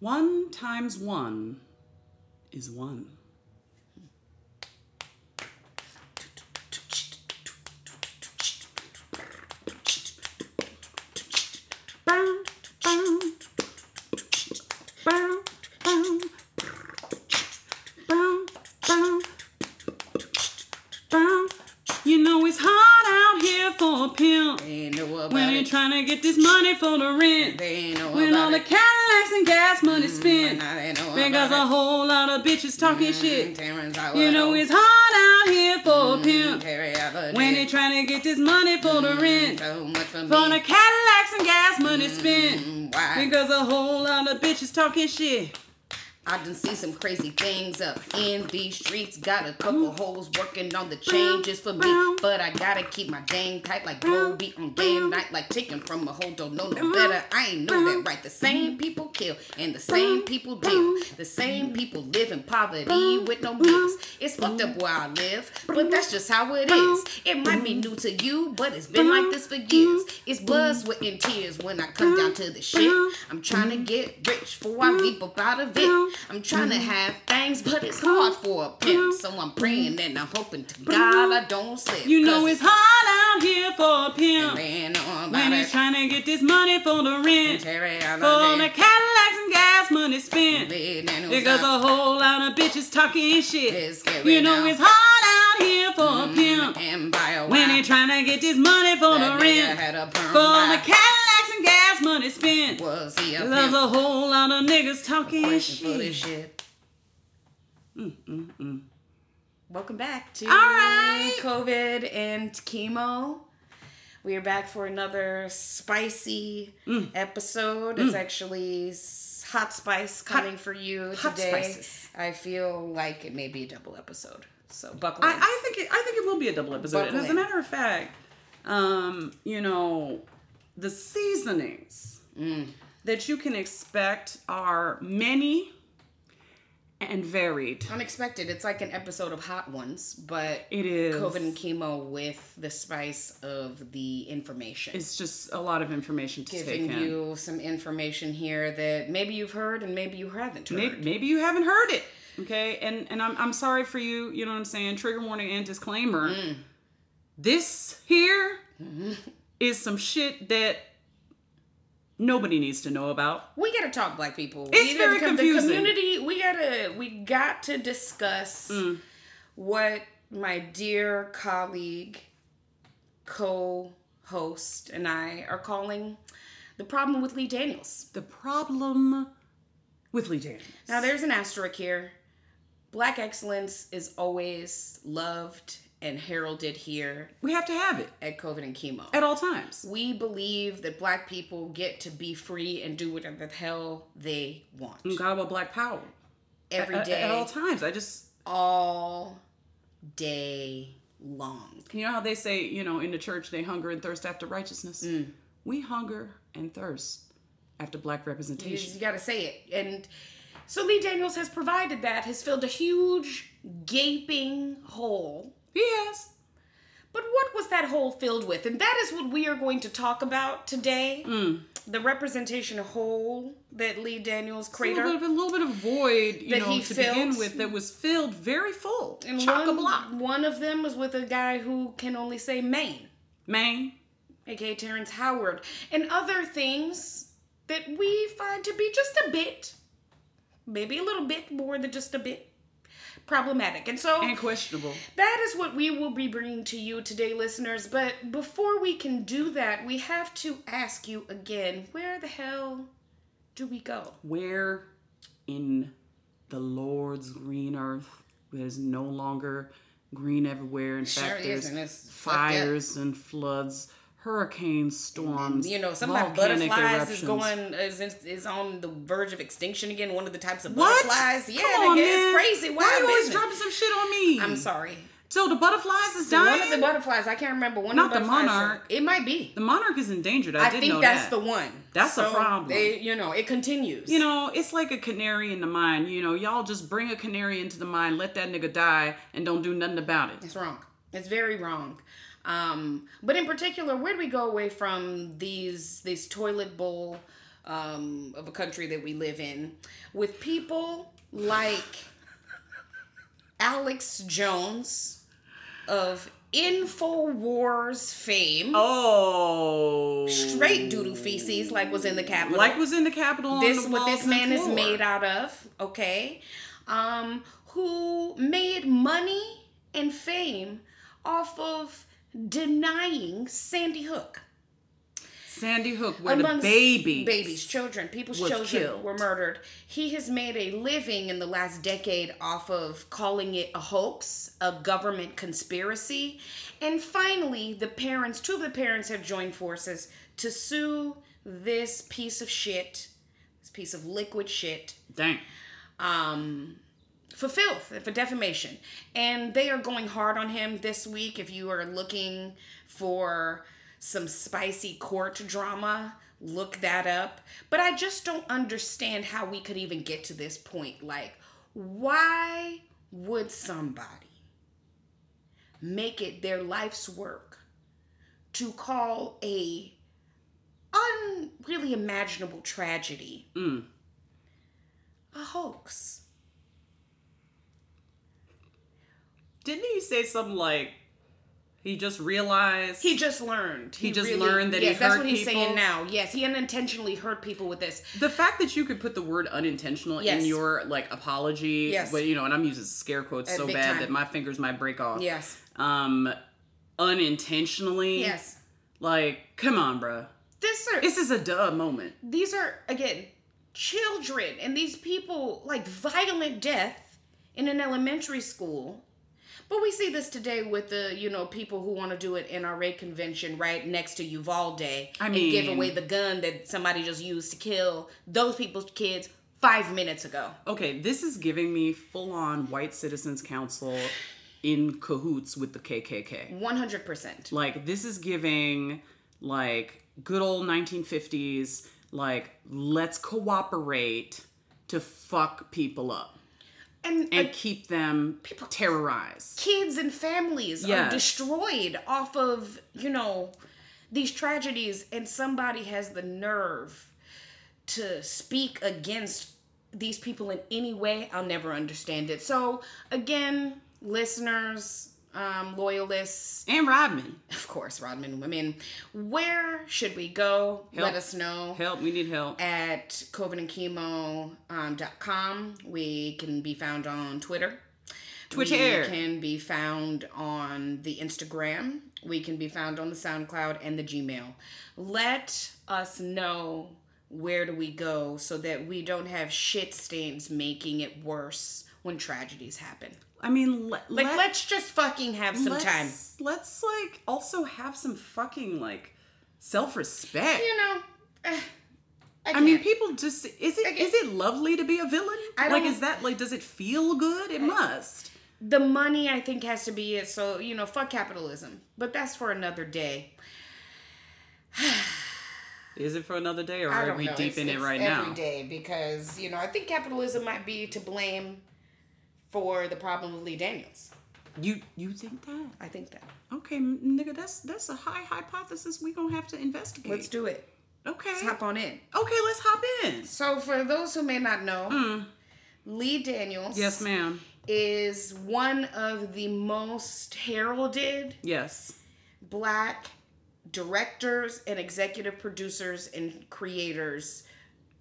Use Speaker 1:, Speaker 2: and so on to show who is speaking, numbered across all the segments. Speaker 1: One times one is one. You know it's hard out here for a pimp
Speaker 2: Ain't know about
Speaker 1: when you're
Speaker 2: it.
Speaker 1: trying to get this money for the rent.
Speaker 2: They ain't know
Speaker 1: When
Speaker 2: about
Speaker 1: all the
Speaker 2: it. Mm,
Speaker 1: Cadillacs and gas money spent
Speaker 2: Nah, they know
Speaker 1: because a
Speaker 2: about
Speaker 1: whole lot of bitches talking
Speaker 2: it. Mm,
Speaker 1: shit.
Speaker 2: Terrence Howard,
Speaker 1: You know
Speaker 2: oh,
Speaker 1: it's hard out here for a
Speaker 2: mm,
Speaker 1: pimp
Speaker 2: Terry Howard
Speaker 1: when they
Speaker 2: did
Speaker 1: trying to get this money for the
Speaker 2: Mm-hmm.
Speaker 1: rent.
Speaker 2: Mm, So much for
Speaker 1: For the
Speaker 2: me.
Speaker 1: Cadillacs and gas money spent
Speaker 2: Mm, why?
Speaker 1: because a whole lot of bitches talking shit.
Speaker 2: I done see some crazy things up in these streets. Got a couple hoes working on the changes for me. But I gotta keep my game tight like Broby on game night. Like chicken from a hole, don't know no better. I ain't know that right. The same people kill and the same people deal. The same people live in poverty with no meals. It's fucked up where I live, but that's just how it is. It might be new to you, but it's been like this for years. It's blood, sweat, and tears when I come down to the shit. I'm trying
Speaker 1: Mm-hmm.
Speaker 2: to get rich before I leap up out of it. I'm trying to have things, but it's hard for a
Speaker 1: Mm-hmm.
Speaker 2: pimp. So I'm praying and I'm hoping to God I don't slip.
Speaker 1: You know
Speaker 2: 'cause
Speaker 1: it's hard out here for a pimp
Speaker 2: laying on
Speaker 1: when
Speaker 2: my
Speaker 1: they trying to get this money for the rent.
Speaker 2: Terry
Speaker 1: For all the Cadillacs and gas money spent because a whole lot of bitches talking shit. You know it's hard out here for a pimp. When they trying to get this money for the rent, for the Cadillacs and gas money spent.
Speaker 2: was he a
Speaker 1: There's
Speaker 2: pimp?
Speaker 1: a whole lot of niggas talking
Speaker 2: Question for this
Speaker 1: shit.
Speaker 2: shit.
Speaker 1: Mm-mm-mm.
Speaker 2: Welcome back to
Speaker 1: All right.
Speaker 2: COVID and chemo. We are back for another spicy
Speaker 1: Mm.
Speaker 2: episode. It's actually s- hot spice coming for you
Speaker 1: hot
Speaker 2: today.
Speaker 1: spices.
Speaker 2: I feel like it may be a double episode. So buckle
Speaker 1: I,
Speaker 2: in.
Speaker 1: I think it, I think it will be a double episode. And as a
Speaker 2: Buckle in.
Speaker 1: matter of fact, um, you know, the seasonings
Speaker 2: Mm.
Speaker 1: that you can expect are many and varied.
Speaker 2: Unexpected. It's like an episode of Hot Ones, but
Speaker 1: It is
Speaker 2: COVID and chemo with the spice of the information.
Speaker 1: It's just a lot of information to take
Speaker 2: giving
Speaker 1: in.
Speaker 2: you some information here that maybe you've heard and maybe you haven't heard.
Speaker 1: maybe, maybe you haven't heard it okay and and I'm, I'm sorry for you you know what i'm saying trigger warning and disclaimer
Speaker 2: Mm.
Speaker 1: this here is
Speaker 2: Mm-hmm.
Speaker 1: some shit that nobody needs to know about
Speaker 2: We gotta talk, black people.
Speaker 1: It's
Speaker 2: we
Speaker 1: very
Speaker 2: gotta, the
Speaker 1: confusing.
Speaker 2: community. We gotta we got to discuss
Speaker 1: Mm.
Speaker 2: what my dear colleague, co-host, and I are calling the problem with Lee Daniels.
Speaker 1: the problem with lee daniels
Speaker 2: Now there's an asterisk here. Black excellence is always loved and heralded here
Speaker 1: we have to have it
Speaker 2: at COVID and chemo.
Speaker 1: at all times
Speaker 2: We believe that black people get to be free and do whatever the hell they want
Speaker 1: god about black power
Speaker 2: every
Speaker 1: At-
Speaker 2: day,
Speaker 1: at all times i just
Speaker 2: all day long.
Speaker 1: you know how they say you know in the church they hunger and thirst after righteousness
Speaker 2: Mm.
Speaker 1: we hunger and thirst after black
Speaker 2: You,
Speaker 1: representation
Speaker 2: just- you gotta say it. And so Lee Daniels has provided that, has filled a huge gaping hole.
Speaker 1: yes
Speaker 2: But what was that hole filled with? And that is what we are going to talk about today.
Speaker 1: Mm.
Speaker 2: The representation hole that Lee Daniels
Speaker 1: a little
Speaker 2: crater
Speaker 1: bit of, a little bit of void, you
Speaker 2: That
Speaker 1: know,
Speaker 2: he
Speaker 1: to begin
Speaker 2: filled.
Speaker 1: with that was filled very full.
Speaker 2: And
Speaker 1: Chock a
Speaker 2: one,
Speaker 1: block.
Speaker 2: one of them was with a guy who can only say Maine,
Speaker 1: Man,
Speaker 2: aka Terrence Howard, and other things that we find to be just a bit, maybe a little bit more than just a bit problematic. And so
Speaker 1: and questionable.
Speaker 2: that is what we will be bringing to you today, listeners. But before we can do that, we have to ask you again where the hell do we go?
Speaker 1: Where in the Lord's green earth there's no longer green everywhere. In
Speaker 2: Sure
Speaker 1: fact, there's
Speaker 2: isn't. It's fucked up.
Speaker 1: fires and floods, hurricanes, storms,
Speaker 2: You know, somebody
Speaker 1: volcanic
Speaker 2: butterflies
Speaker 1: eruptions.
Speaker 2: is going is, is on the verge of extinction again. One of the types of
Speaker 1: What?
Speaker 2: butterflies. Yeah,
Speaker 1: Come on,
Speaker 2: nigga,
Speaker 1: man.
Speaker 2: it's crazy. Why,
Speaker 1: Why you always
Speaker 2: business?
Speaker 1: dropping some shit on me?
Speaker 2: I'm sorry.
Speaker 1: So the butterflies is dying.
Speaker 2: One of the butterflies. I can't remember. One
Speaker 1: Not
Speaker 2: of the
Speaker 1: the
Speaker 2: butterflies.
Speaker 1: monarch.
Speaker 2: It might be.
Speaker 1: The monarch is endangered. I,
Speaker 2: I
Speaker 1: didn't
Speaker 2: think
Speaker 1: know
Speaker 2: that's
Speaker 1: that.
Speaker 2: the one.
Speaker 1: That's a
Speaker 2: So
Speaker 1: problem.
Speaker 2: They, you know, it continues.
Speaker 1: You know, it's like a canary in the mine. You know, y'all just bring a canary into the mine, let that nigga die, and don't do nothing about it.
Speaker 2: it's wrong. It's very wrong. Um, but in particular, where do we go away from these these toilet bowl um, of a country that we live in with people like Alex Jones of InfoWars fame.
Speaker 1: Oh.
Speaker 2: Straight doodoo feces, like was in the Capitol.
Speaker 1: Like was in the Capitol.
Speaker 2: this
Speaker 1: on the
Speaker 2: what
Speaker 1: walls
Speaker 2: this
Speaker 1: and
Speaker 2: man is
Speaker 1: floor.
Speaker 2: made out of, okay? Um, who made money and fame off of denying Sandy Hook.
Speaker 1: Sandy Hook, where the
Speaker 2: amongst
Speaker 1: baby.
Speaker 2: babies, children, people's
Speaker 1: was
Speaker 2: children
Speaker 1: killed.
Speaker 2: were murdered. He has made a living in the last decade off of calling it a hoax, a government conspiracy, and finally, the parents, two of the parents, have joined forces to sue this piece of shit, this piece of liquid shit,
Speaker 1: Dang.
Speaker 2: um, for filth and for defamation. And they are going hard on him this week. If you are looking for some spicy court drama, look that up. But I just don't understand how we could even get to this point. Like, why would somebody make it their life's work to call a unreally imaginable tragedy
Speaker 1: Mm.
Speaker 2: a hoax?
Speaker 1: Didn't he say something like he just realized?
Speaker 2: He just learned. He,
Speaker 1: just learned that he
Speaker 2: yes, that's
Speaker 1: hurt
Speaker 2: what he's saying
Speaker 1: people?
Speaker 2: now. Yes, he unintentionally hurt people with this.
Speaker 1: the fact that you could put the word unintentional
Speaker 2: Yes.
Speaker 1: in your like apology,
Speaker 2: Yes.
Speaker 1: but you know, and I'm using scare quotes
Speaker 2: Uh,
Speaker 1: so
Speaker 2: big
Speaker 1: bad
Speaker 2: time.
Speaker 1: that my fingers might break off.
Speaker 2: Yes.
Speaker 1: Um, unintentionally.
Speaker 2: Yes.
Speaker 1: Like, come on, bruh.
Speaker 2: This are
Speaker 1: This is a duh moment.
Speaker 2: these are again children and these people like violent death in an elementary school. But we see this today with the, you know, people who want to do an NRA convention right next to Uvalde and give
Speaker 1: mean-
Speaker 2: away the gun that somebody just used to kill those people's kids five minutes ago.
Speaker 1: Okay, this is giving me full on white citizens council in cahoots with the KKK.
Speaker 2: 100%.
Speaker 1: Like this is giving like good old 1950s like let's cooperate to fuck people up
Speaker 2: And,
Speaker 1: and keep them terrorized.
Speaker 2: kids and families are
Speaker 1: Yes.
Speaker 2: destroyed off of you know these tragedies and somebody has the nerve to speak against these people in any way i'll never understand it so again listeners um, loyalists
Speaker 1: And Rodman,
Speaker 2: of course rodman i mean where should we go let
Speaker 1: Help.
Speaker 2: us know
Speaker 1: help, we need help.
Speaker 2: at covidandchemo.com. um, We can be found on Twitter.
Speaker 1: Twitter.
Speaker 2: We can be found on the Instagram. We can be found on the SoundCloud and the Gmail. Let us know where do we go so that we don't have shit stains making it worse when tragedies happen.
Speaker 1: I mean, let,
Speaker 2: Like,
Speaker 1: let-
Speaker 2: let's just fucking have some
Speaker 1: let's-
Speaker 2: time.
Speaker 1: Let's like also have some fucking like self-respect.
Speaker 2: You know, eh,
Speaker 1: I mean, people just is it is it lovely to be a villain?
Speaker 2: I
Speaker 1: like,
Speaker 2: don't-
Speaker 1: is that like does it feel good? It must.
Speaker 2: the money I think has to be it. So, you know, fuck capitalism. But that's for another day.
Speaker 1: Is it for another day, or
Speaker 2: I
Speaker 1: are
Speaker 2: don't
Speaker 1: we
Speaker 2: know.
Speaker 1: deep
Speaker 2: It's-
Speaker 1: in it
Speaker 2: it's
Speaker 1: right now?
Speaker 2: Every day because, you know, I think capitalism might be to blame for the problem with Lee Daniels.
Speaker 1: You you think that?
Speaker 2: I think that.
Speaker 1: Okay, m- nigga, that's that's a high hypothesis we gonna have to investigate.
Speaker 2: Let's do it.
Speaker 1: okay,
Speaker 2: Let's hop on in.
Speaker 1: okay, let's hop in.
Speaker 2: So, for those who may not know, Lee Daniels
Speaker 1: Hmm. Yes, ma'am.
Speaker 2: is one of the most heralded
Speaker 1: Yes,
Speaker 2: black directors and executive producers and creators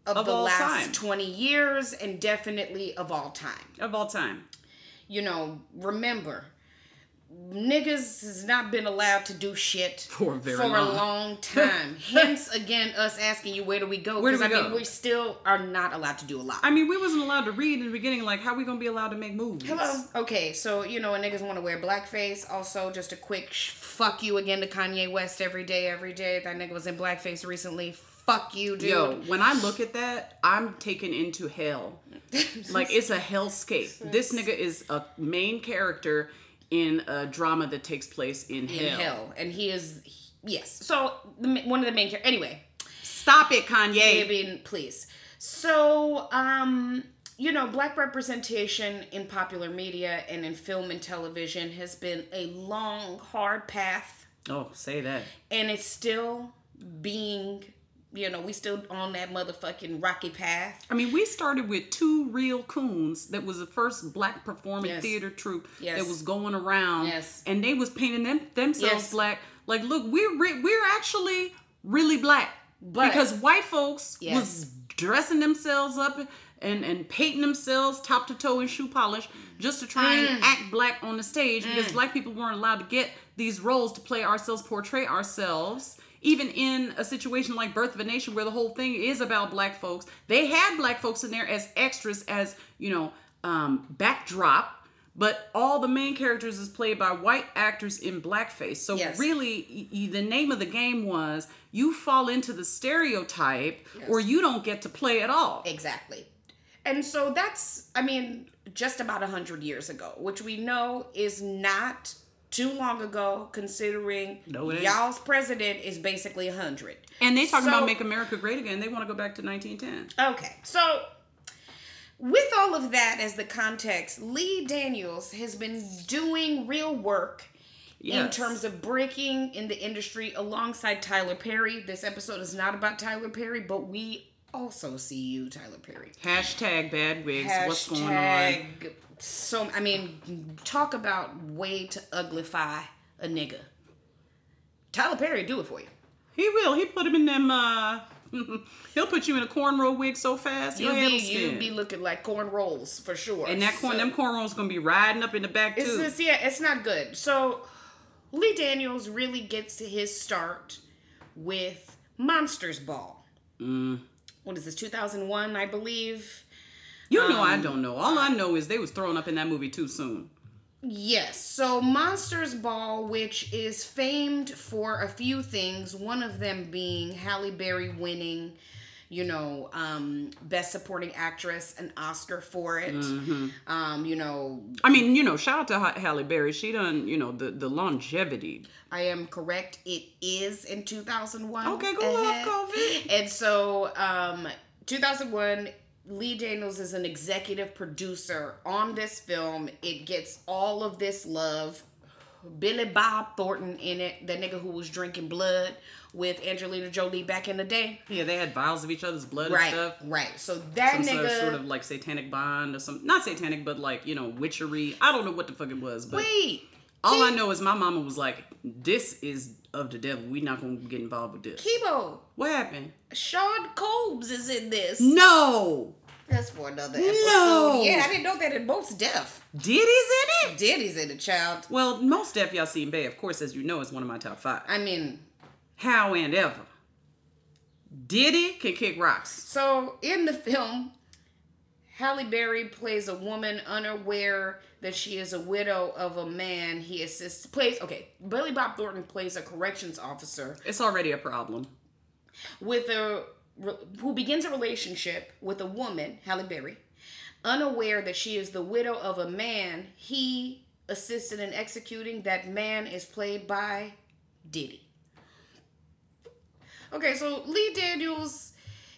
Speaker 2: of,
Speaker 1: Of
Speaker 2: the
Speaker 1: all
Speaker 2: last
Speaker 1: time.
Speaker 2: 20 years and definitely of all time.
Speaker 1: of all time.
Speaker 2: You know, remember, niggas has not been allowed to do shit
Speaker 1: For very
Speaker 2: for a
Speaker 1: long.
Speaker 2: long time. Hence, again, us asking you, where do we go?
Speaker 1: Where do
Speaker 2: 'Cause,
Speaker 1: we
Speaker 2: I mean,
Speaker 1: go?
Speaker 2: we still are not allowed to do a lot.
Speaker 1: I mean, we wasn't allowed to read in the beginning. Like, how we gonna be allowed to make movies?
Speaker 2: Hello. Okay, so you know, and niggas want to wear blackface. Also, just a quick sh- fuck you again to Kanye West every day, every day. That nigga was in blackface recently. Fuck you, dude.
Speaker 1: Yo, when I look at that, I'm taken into hell. like it's a hellscape. This nigga is a main character in a drama that takes place in,
Speaker 2: in
Speaker 1: hell.
Speaker 2: hell, and he is yes. So the, ma- one of the main characters. Anyway,
Speaker 1: Stop it, Kanye.
Speaker 2: Fabian, please. So, um, you know, black representation in popular media and in film and television has been a long, hard path,
Speaker 1: Oh, say that.
Speaker 2: and it's still being you know, we still on that motherfucking rocky path.
Speaker 1: I mean, we started with two real coons that was the first black performing
Speaker 2: Yes.
Speaker 1: theater troupe
Speaker 2: Yes.
Speaker 1: that was going around.
Speaker 2: Yes.
Speaker 1: And they was painting them themselves
Speaker 2: Yes.
Speaker 1: black. Like, look, we're re- we're actually really black.
Speaker 2: But-
Speaker 1: because white folks
Speaker 2: Yes.
Speaker 1: was dressing themselves up and, and painting themselves top to toe in shoe polish just to try
Speaker 2: Mm.
Speaker 1: and act black on the stage because black people weren't allowed to get these roles to play ourselves, portray ourselves. Even in a situation like Birth of a Nation, where the whole thing is about black folks, they had black folks in there as extras, as you know, um, backdrop. But all the main characters is played by white actors in blackface. So
Speaker 2: Yes.
Speaker 1: really really y- y- the name of the game was you fall into the stereotype or
Speaker 2: Yes.
Speaker 1: you don't get to play at all.
Speaker 2: Exactly. And so that's, I mean, just about 100 years ago, which we know is not too long ago, considering
Speaker 1: No, it ain't.
Speaker 2: y'all's president is basically 100.
Speaker 1: And they talking
Speaker 2: So-
Speaker 1: about make America great again. They want to go back to 1910.
Speaker 2: Okay, so with all of that as the context, Lee Daniels has been doing real work in
Speaker 1: Yes.
Speaker 2: terms of breaking in the industry alongside Tyler Perry. This episode is not about Tyler Perry, but we also see you, Tyler Perry.
Speaker 1: Hashtag bad wigs. What's going on?
Speaker 2: Hashtag- So I mean, talk about way to uglify a nigga. Tyler Perry do it for you.
Speaker 1: He will. He put him in them. Uh, he'll put you in a cornrow wig so fast.
Speaker 2: You
Speaker 1: Your
Speaker 2: be
Speaker 1: head will
Speaker 2: you
Speaker 1: spin.
Speaker 2: be looking like corn rolls for sure.
Speaker 1: and that corn,
Speaker 2: So-
Speaker 1: them cornrows gonna be riding up in the back too.
Speaker 2: It's just, yeah, it's not good. So Lee Daniels really gets his start with Monsters Ball. What is this? 2001, I believe.
Speaker 1: you know,
Speaker 2: um,
Speaker 1: I don't know. All I know is they was thrown up in that movie too soon.
Speaker 2: Yes. So Monsters Ball, which is famed for a few things, one of them being Halle Berry winning, you know, um, Best Supporting Actress, an Oscar for it. Um, you know,
Speaker 1: I mean, you know, shout out to Ha- Halle Berry. She done, you know, the the longevity
Speaker 2: I am correct. It is in 2001.
Speaker 1: Okay, go off,
Speaker 2: Ahead.
Speaker 1: COVID.
Speaker 2: And so, um, 2001, Lee Daniels is an executive producer on this film. It gets all of this love. Billy Bob Thornton in it, the nigga who was drinking blood with Angelina Jolie back in the day.
Speaker 1: Yeah, they had vials of each other's blood
Speaker 2: Right,
Speaker 1: and stuff.
Speaker 2: right. So that
Speaker 1: Some sort of-
Speaker 2: nigga.
Speaker 1: sort of like satanic bond or some not satanic, but like, you know, witchery. I don't know what the fuck it was, but
Speaker 2: wait,
Speaker 1: all I know is my mama was like, This is of the devil. we not gonna get involved with this.
Speaker 2: Kibo,
Speaker 1: What happened?
Speaker 2: Sean Combs is in this.
Speaker 1: No!
Speaker 2: That's for another episode.
Speaker 1: No.
Speaker 2: Yeah, I didn't know that in most deaf.
Speaker 1: Diddy's in it?
Speaker 2: Diddy's in the child.
Speaker 1: Well, most Def Y'all See in Bay, of course, as you know, is one of my top five.
Speaker 2: I mean,
Speaker 1: How and ever. Diddy can kick rocks.
Speaker 2: so in the film, Halle Berry plays a woman unaware that she is a widow of a man he assists. Plays okay. Billy Bob Thornton plays a corrections officer
Speaker 1: It's already a problem.
Speaker 2: with a who begins a relationship with a woman, Halle Berry, unaware that she is the widow of a man he assisted in executing. That man is played by Diddy. Okay, so Lee Daniels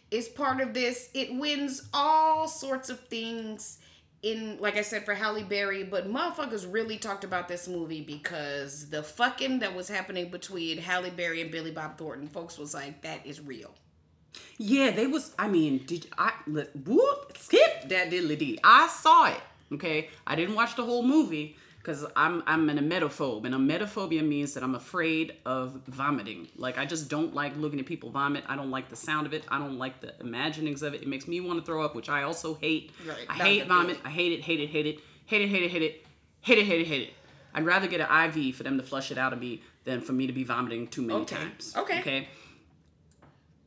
Speaker 2: is part of this. It wins all sorts of things in like I said for Halle Berry, but motherfuckers really talked about this movie because the fucking that was happening between Halle Berry and Billy Bob Thornton, folks was like, that is real.
Speaker 1: Yeah, they was. I mean, did I let, whoop skip that diddly dee? I saw it. Okay, I didn't watch the whole movie because I'm I'm an emetophobe, and emetophobia means that I'm afraid of vomiting. Like I just don't like looking at people vomit. I don't like the sound of it. I don't like the imaginings of it. It makes me want to throw up, which I also hate.
Speaker 2: Right,
Speaker 1: I
Speaker 2: not
Speaker 1: hate
Speaker 2: good
Speaker 1: vomit. I hate it. Hate it. Hate it. Hate it. Hate it. Hate it. Hate it. Hate it. Hate it. I'd rather get an IV for them to flush it out of me than for me to be vomiting too many
Speaker 2: Okay.
Speaker 1: times.
Speaker 2: Okay.
Speaker 1: Okay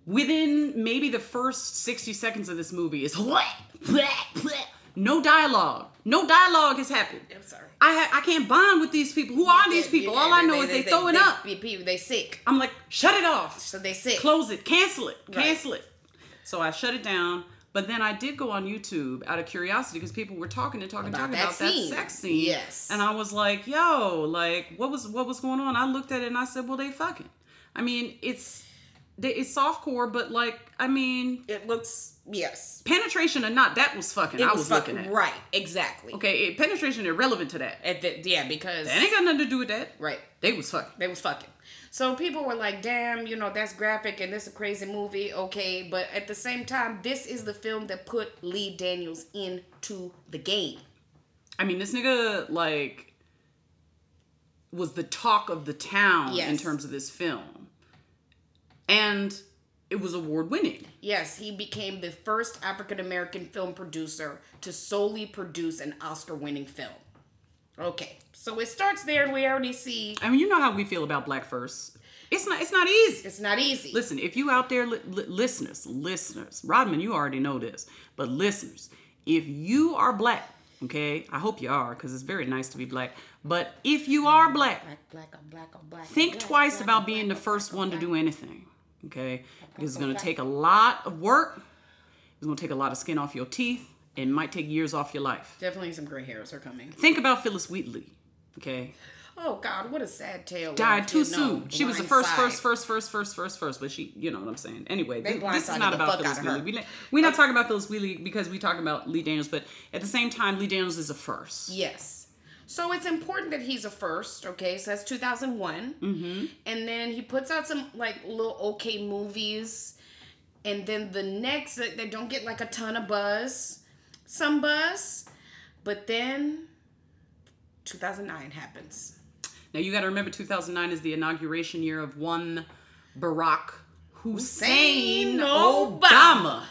Speaker 1: within maybe the first 60 seconds of this movie is what no dialogue no dialogue has happened
Speaker 2: I'm sorry.
Speaker 1: i ha- i can't bond with these people who are these people all i know is they throw it up
Speaker 2: They, they, they sick.
Speaker 1: i'm like shut it off
Speaker 2: So they sick.
Speaker 1: close it cancel it cancel it so i shut it down but then i did go on youtube out of curiosity because people were talking and talking and
Speaker 2: About
Speaker 1: talking
Speaker 2: that
Speaker 1: about that
Speaker 2: scene.
Speaker 1: sex scene
Speaker 2: Yes.
Speaker 1: and i was like yo like what was what was going on i looked at it and i said well they fucking i mean it's they- it's softcore but like i mean
Speaker 2: It looks yes.
Speaker 1: penetration or not, that was fucking. I was,
Speaker 2: fucking-
Speaker 1: looking at.
Speaker 2: right. Exactly.
Speaker 1: Okay, it, penetration irrelevant to that.
Speaker 2: At the, yeah, because
Speaker 1: That ain't got nothing to do with that.
Speaker 2: right.
Speaker 1: They was fucking.
Speaker 2: They was fucking. So people were like, damn, you know, that's graphic and this a crazy movie. Okay. But at the same time, this is the film that put Lee Daniels into the game.
Speaker 1: I mean, this nigga like was the talk of the town in
Speaker 2: Yes.
Speaker 1: terms of this film, and it was award winning.
Speaker 2: Yes, he became the first African American film producer to solely produce an Oscar winning film. Okay. So it starts there and we already see
Speaker 1: I mean, you know how we feel about Black First. It's not. It's not easy.
Speaker 2: it's not easy.
Speaker 1: Listen, if you out there, li- li- listeners, listeners, Rodman, you already know this, but listeners, if you are black, okay, I hope you are, because it's very nice to be black. But if you are black,
Speaker 2: Black, black, on black, on black.
Speaker 1: think
Speaker 2: black,
Speaker 1: twice
Speaker 2: black
Speaker 1: about
Speaker 2: on
Speaker 1: being the
Speaker 2: black.
Speaker 1: first one to do anything. Okay? Because it's gonna take a lot of work. It's gonna take a lot of skin off your teeth. It might take years off your life.
Speaker 2: Definitely some gray hairs are coming.
Speaker 1: Think about Phyllis Wheatley. Okay?
Speaker 2: Oh God, what a sad tale.
Speaker 1: Died too
Speaker 2: You know,
Speaker 1: soon. She was the first,
Speaker 2: blindside.
Speaker 1: first, first, first, first, first, first, but she, you know what I'm saying. Anyway, thi- this is
Speaker 2: blindsided
Speaker 1: not
Speaker 2: the
Speaker 1: about
Speaker 2: fuck
Speaker 1: Phyllis
Speaker 2: out of her.
Speaker 1: Wheatley. We, we're not talking about Phyllis Wheatley because we talking about Lee Daniels, but at the same time, Lee Daniels is a first.
Speaker 2: Yes. So it's important that he's a first, okay? So that's 2001. Mm-hmm. And then he puts out some like little okay movies. And then the next, they they don't get like a ton of buzz, some buzz. But then 2009 happens.
Speaker 1: Now you got to remember, 2009 is the inauguration year of one Barack Hussein
Speaker 2: Hussein
Speaker 1: Obama.
Speaker 2: Obama.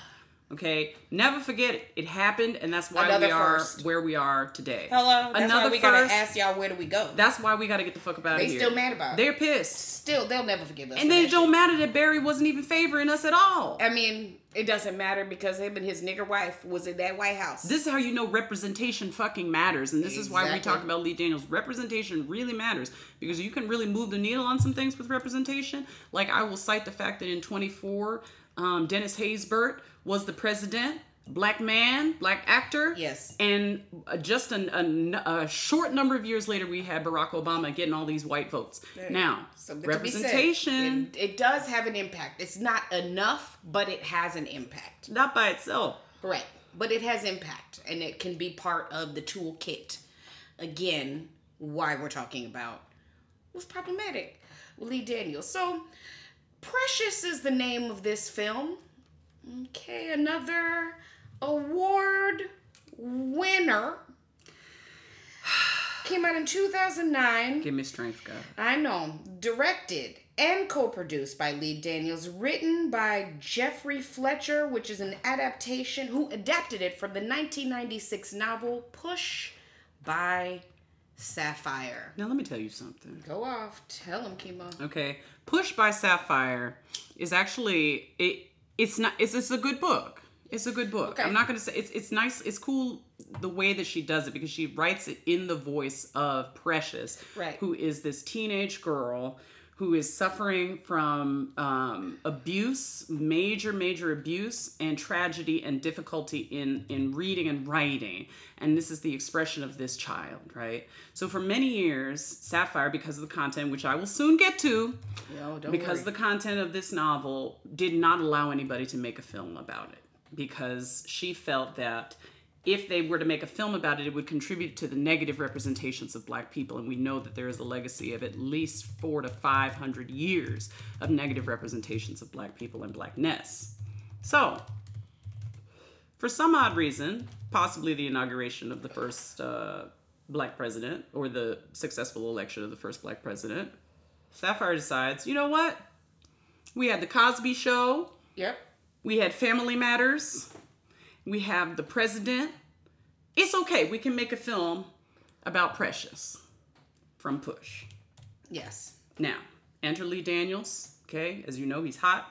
Speaker 1: Okay, never forget it. It happened, and that's why
Speaker 2: Another
Speaker 1: we are
Speaker 2: first.
Speaker 1: where we are today.
Speaker 2: Hello. That's
Speaker 1: another
Speaker 2: why we
Speaker 1: first.
Speaker 2: gotta ask y'all where do we go?
Speaker 1: that's why we got to get the fuck up out
Speaker 2: They
Speaker 1: of here.
Speaker 2: still mad about it.
Speaker 1: They're pissed,
Speaker 2: Still, they'll never forgive us.
Speaker 1: and
Speaker 2: for
Speaker 1: then
Speaker 2: that
Speaker 1: it don't matter that Barry wasn't even favoring us at all.
Speaker 2: I mean, it doesn't matter because him and his nigger wife was in that White House.
Speaker 1: This is how you know representation fucking matters, and this is why we
Speaker 2: Exactly.
Speaker 1: talk about Lee Daniels. Representation really matters because you can really move the needle on some things with representation. Like I will cite the fact that in 24, um, Dennis Haysbert was the president, black man, black actor.
Speaker 2: Yes.
Speaker 1: And uh, just an, an, a short number of years later, we had Barack Obama getting all these white votes. Now,
Speaker 2: Something to be said.
Speaker 1: representation
Speaker 2: It, it does have an impact. It's not enough, but it has an impact.
Speaker 1: not by itself.
Speaker 2: Right. But it has impact and it can be part of the toolkit. Again, why we're talking about was problematic. Lee Daniels. So, Precious is the name of this film. Okay, another award winner. Came out in 2009.
Speaker 1: Give me strength, God.
Speaker 2: I know. Directed and co produced by Lee Daniels, written by Jeffrey Fletcher, which is an adaptation, who adapted it from the 1996 novel Push by Sapphire.
Speaker 1: Now let me tell you something.
Speaker 2: Go off. Tell him, Kimo.
Speaker 1: Okay. Push by Sapphire is actually it it's not it's it's a good book. It's a good book.
Speaker 2: Okay.
Speaker 1: I'm not gonna say it's it's nice, it's cool the way that she does it because she writes it in the voice of Precious,
Speaker 2: Right.
Speaker 1: who is this teenage girl who is suffering from um, abuse, major, major abuse, and tragedy and difficulty in in reading and writing. And this is the expression of this child, right? So for many years, Sapphire, because of the content, which I will soon get to,
Speaker 2: Yo, don't
Speaker 1: because
Speaker 2: worry.
Speaker 1: the content of this novel did not allow anybody to make a film about it because she felt that if they were to make a film about it it would contribute to the negative representations of black people and we know that there is a legacy of at least 4 to 500 years of negative representations of black people and blackness so for some odd reason possibly the inauguration of the first uh, black president or the successful election of the first black president Sapphire decides, you know what? We had the Cosby Show,
Speaker 2: Yep.
Speaker 1: we had Family Matters, we have the President. It's okay. We can make a film about Precious from Push.
Speaker 2: Yes.
Speaker 1: Now, enter Lee Daniels. Okay, as you know, he's hot.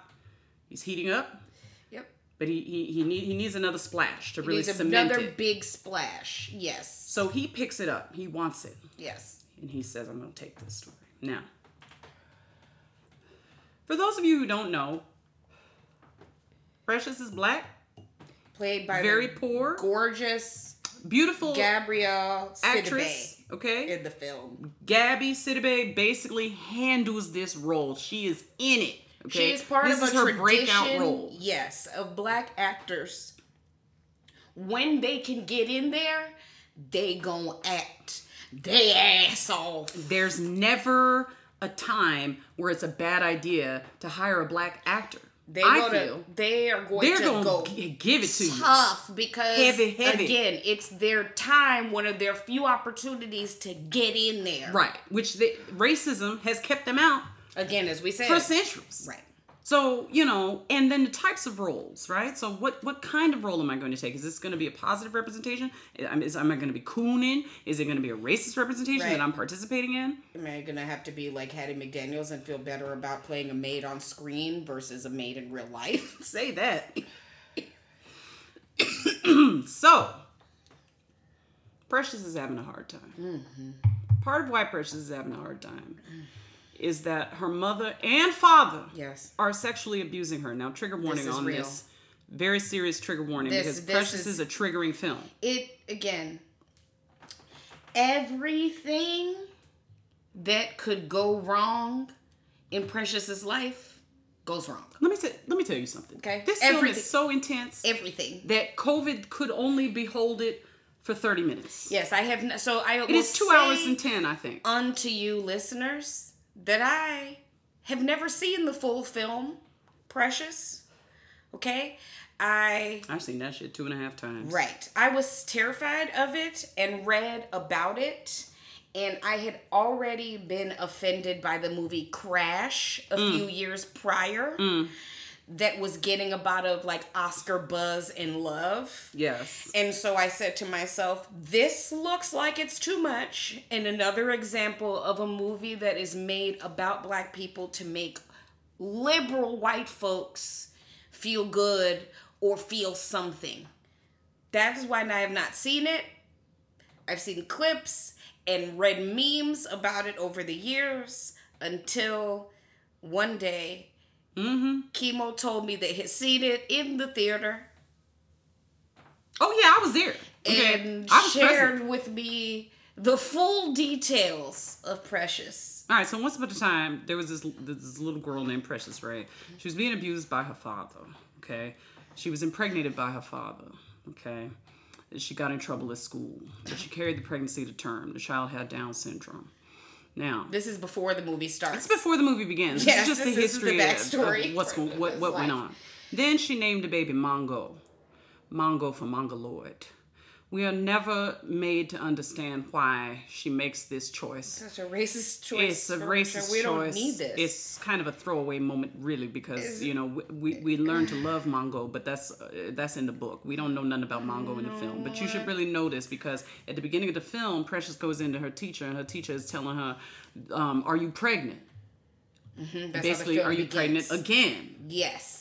Speaker 1: He's heating up,
Speaker 2: Yep.
Speaker 1: but he he he, need, he needs another splash to really
Speaker 2: It's
Speaker 1: cement
Speaker 2: another
Speaker 1: it.
Speaker 2: big splash. Yes.
Speaker 1: So he picks it up. He wants it.
Speaker 2: Yes.
Speaker 1: and he says, I'm going to take this story. Now, for those of you who don't know, Precious is black,
Speaker 2: Played by
Speaker 1: very
Speaker 2: the
Speaker 1: poor,
Speaker 2: gorgeous
Speaker 1: beautiful
Speaker 2: Gabrielle Sidibe
Speaker 1: actress. Okay.
Speaker 2: in the film.
Speaker 1: Gabby Sidibe basically handles this role. She is in it. Okay?
Speaker 2: She is part
Speaker 1: this
Speaker 2: of a
Speaker 1: is her
Speaker 2: tradition,
Speaker 1: breakout role.
Speaker 2: yes, of black actors. When they can get in there, they gon' act they ass off.
Speaker 1: There's never a time where it's a bad idea to hire a black actor.
Speaker 2: They
Speaker 1: I
Speaker 2: go
Speaker 1: feel
Speaker 2: to, they are going
Speaker 1: they're
Speaker 2: to
Speaker 1: gonna
Speaker 2: go
Speaker 1: g- give it to you.
Speaker 2: tough because
Speaker 1: Heavy, heavy.
Speaker 2: again, it's their time, one of their few opportunities to get in there.
Speaker 1: Right, which the, racism has kept them out
Speaker 2: Again, as we said.
Speaker 1: for centuries.
Speaker 2: Right.
Speaker 1: So you know, and then the types of roles, right? So what what kind of role am I going to take? Is this going to be a positive representation? I- Is am I going to be cooning? Is it going to be a racist representation
Speaker 2: Right.
Speaker 1: that I'm participating in?
Speaker 2: Am I gonna have to be like Hattie McDaniels and feel better about playing a maid on screen versus a maid in real life?
Speaker 1: Say that. so, Precious is having a hard time.
Speaker 2: Mm-hmm.
Speaker 1: Part of why Precious is having a hard time is that her mother and father
Speaker 2: Yes.
Speaker 1: are sexually abusing her. Now, trigger warning
Speaker 2: is
Speaker 1: on
Speaker 2: real.
Speaker 1: this. Very serious trigger warning
Speaker 2: This-
Speaker 1: because
Speaker 2: this
Speaker 1: Precious
Speaker 2: is-
Speaker 1: is a triggering film.
Speaker 2: It again. Everything that could go wrong in Precious's life goes wrong.
Speaker 1: Let me t- let me tell you something.
Speaker 2: Okay.
Speaker 1: This film
Speaker 2: Everything-
Speaker 1: is so intense
Speaker 2: Everything.
Speaker 1: that COVID could only behold it for 30 minutes.
Speaker 2: Yes, I have. n- So I.
Speaker 1: It is two hours and 10, I think.
Speaker 2: unto you listeners that I have never seen the full film, Precious. Okay? I
Speaker 1: I've seen that shit two and a half times.
Speaker 2: right. I was terrified of it and read about it. And I had already been offended by the movie Crash a few years prior that was getting a lot of like Oscar buzz and love.
Speaker 1: Yes.
Speaker 2: And so I said to myself, this looks like it's too much. And another example of a movie that is made about black people to make liberal white folks feel good or feel something. That is why I have not seen it. I've seen clips and read memes about it over the years until one day
Speaker 1: Mm-hmm.
Speaker 2: Chemo told me that he had seen it in the theater
Speaker 1: Oh yeah, I was there. Okay.
Speaker 2: and
Speaker 1: I was
Speaker 2: shared
Speaker 1: present.
Speaker 2: with me the full details of Precious.
Speaker 1: All right. So once upon a time, there was this this little girl named Precious Ray. She was being abused by her father. Okay. She was impregnated by her father. Okay. And She got in trouble at school. But she carried the pregnancy to term. The child had Down syndrome. Now,
Speaker 2: This is before the movie starts.
Speaker 1: It's before the movie begins.
Speaker 2: Yes,
Speaker 1: this is just
Speaker 2: this
Speaker 1: the
Speaker 2: is the
Speaker 1: history of- of,
Speaker 2: backstory
Speaker 1: what's
Speaker 2: for
Speaker 1: go- what
Speaker 2: his
Speaker 1: what went
Speaker 2: life.
Speaker 1: on. Then she named the baby Mongo, Mongo for Mongoloid. We are never made to understand why she makes this choice.
Speaker 2: Such a racist choice.
Speaker 1: It's a
Speaker 2: for
Speaker 1: racist
Speaker 2: Richard. We don't
Speaker 1: choice.
Speaker 2: need this.
Speaker 1: It's kind of a throwaway moment, really, because you know we, we, we learn to love Mongo, but that's uh, that's in the book. We don't know nothing about Mongo in the film, but you should really know this because at the beginning of the film, Precious goes into her teacher, and her teacher is telling her, um, "Are you pregnant?"
Speaker 2: That's how the
Speaker 1: basically,
Speaker 2: film
Speaker 1: are you
Speaker 2: begins.
Speaker 1: pregnant again?
Speaker 2: Yes.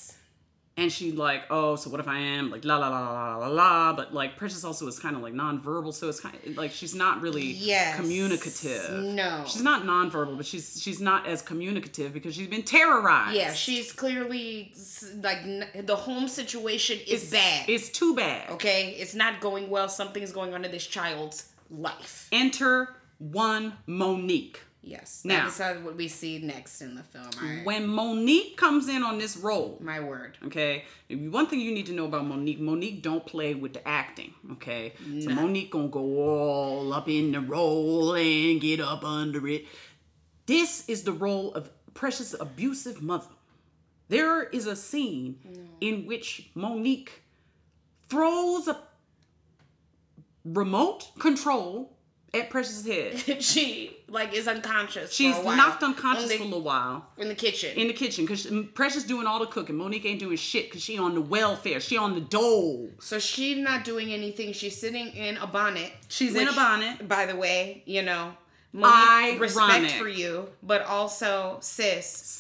Speaker 1: And she like, oh, so what if I am? Like la la la la la la la. But like Precious also is kind of like nonverbal, so it's kind of like she's not really
Speaker 2: Yes.
Speaker 1: communicative.
Speaker 2: No.
Speaker 1: She's not nonverbal, but she's she's not as communicative because she's been terrorized.
Speaker 2: Yeah, she's clearly s- like n- the home situation is
Speaker 1: it's
Speaker 2: bad.
Speaker 1: It's too bad.
Speaker 2: okay, it's not going well. Something's going on in this child's life.
Speaker 1: Enter one Monique.
Speaker 2: Yes.
Speaker 1: Now-
Speaker 2: that's how- what we see next in the film. All right.
Speaker 1: When Monique comes in on this role,
Speaker 2: My word.
Speaker 1: Okay. One thing you need to know about Monique, Monique don't play with the acting. Okay. So Monique gonna go all up in the role and get up under it. This is the role of Precious abusive mother. There is a scene in which Monique throws a remote control at Precious' head.
Speaker 2: she like is unconscious.
Speaker 1: She's
Speaker 2: for a while.
Speaker 1: knocked unconscious
Speaker 2: in
Speaker 1: for a
Speaker 2: the,
Speaker 1: little while.
Speaker 2: in the kitchen.
Speaker 1: in the kitchen because Precious doing all the cooking. Monique ain't doing shit because she on the welfare. She on the dole.
Speaker 2: so she's not doing anything. She's sitting in a bonnet.
Speaker 1: She's in
Speaker 2: which,
Speaker 1: a bonnet.
Speaker 2: By the way, you know, Monique, respect
Speaker 1: Ironic.
Speaker 2: for you, but also sis,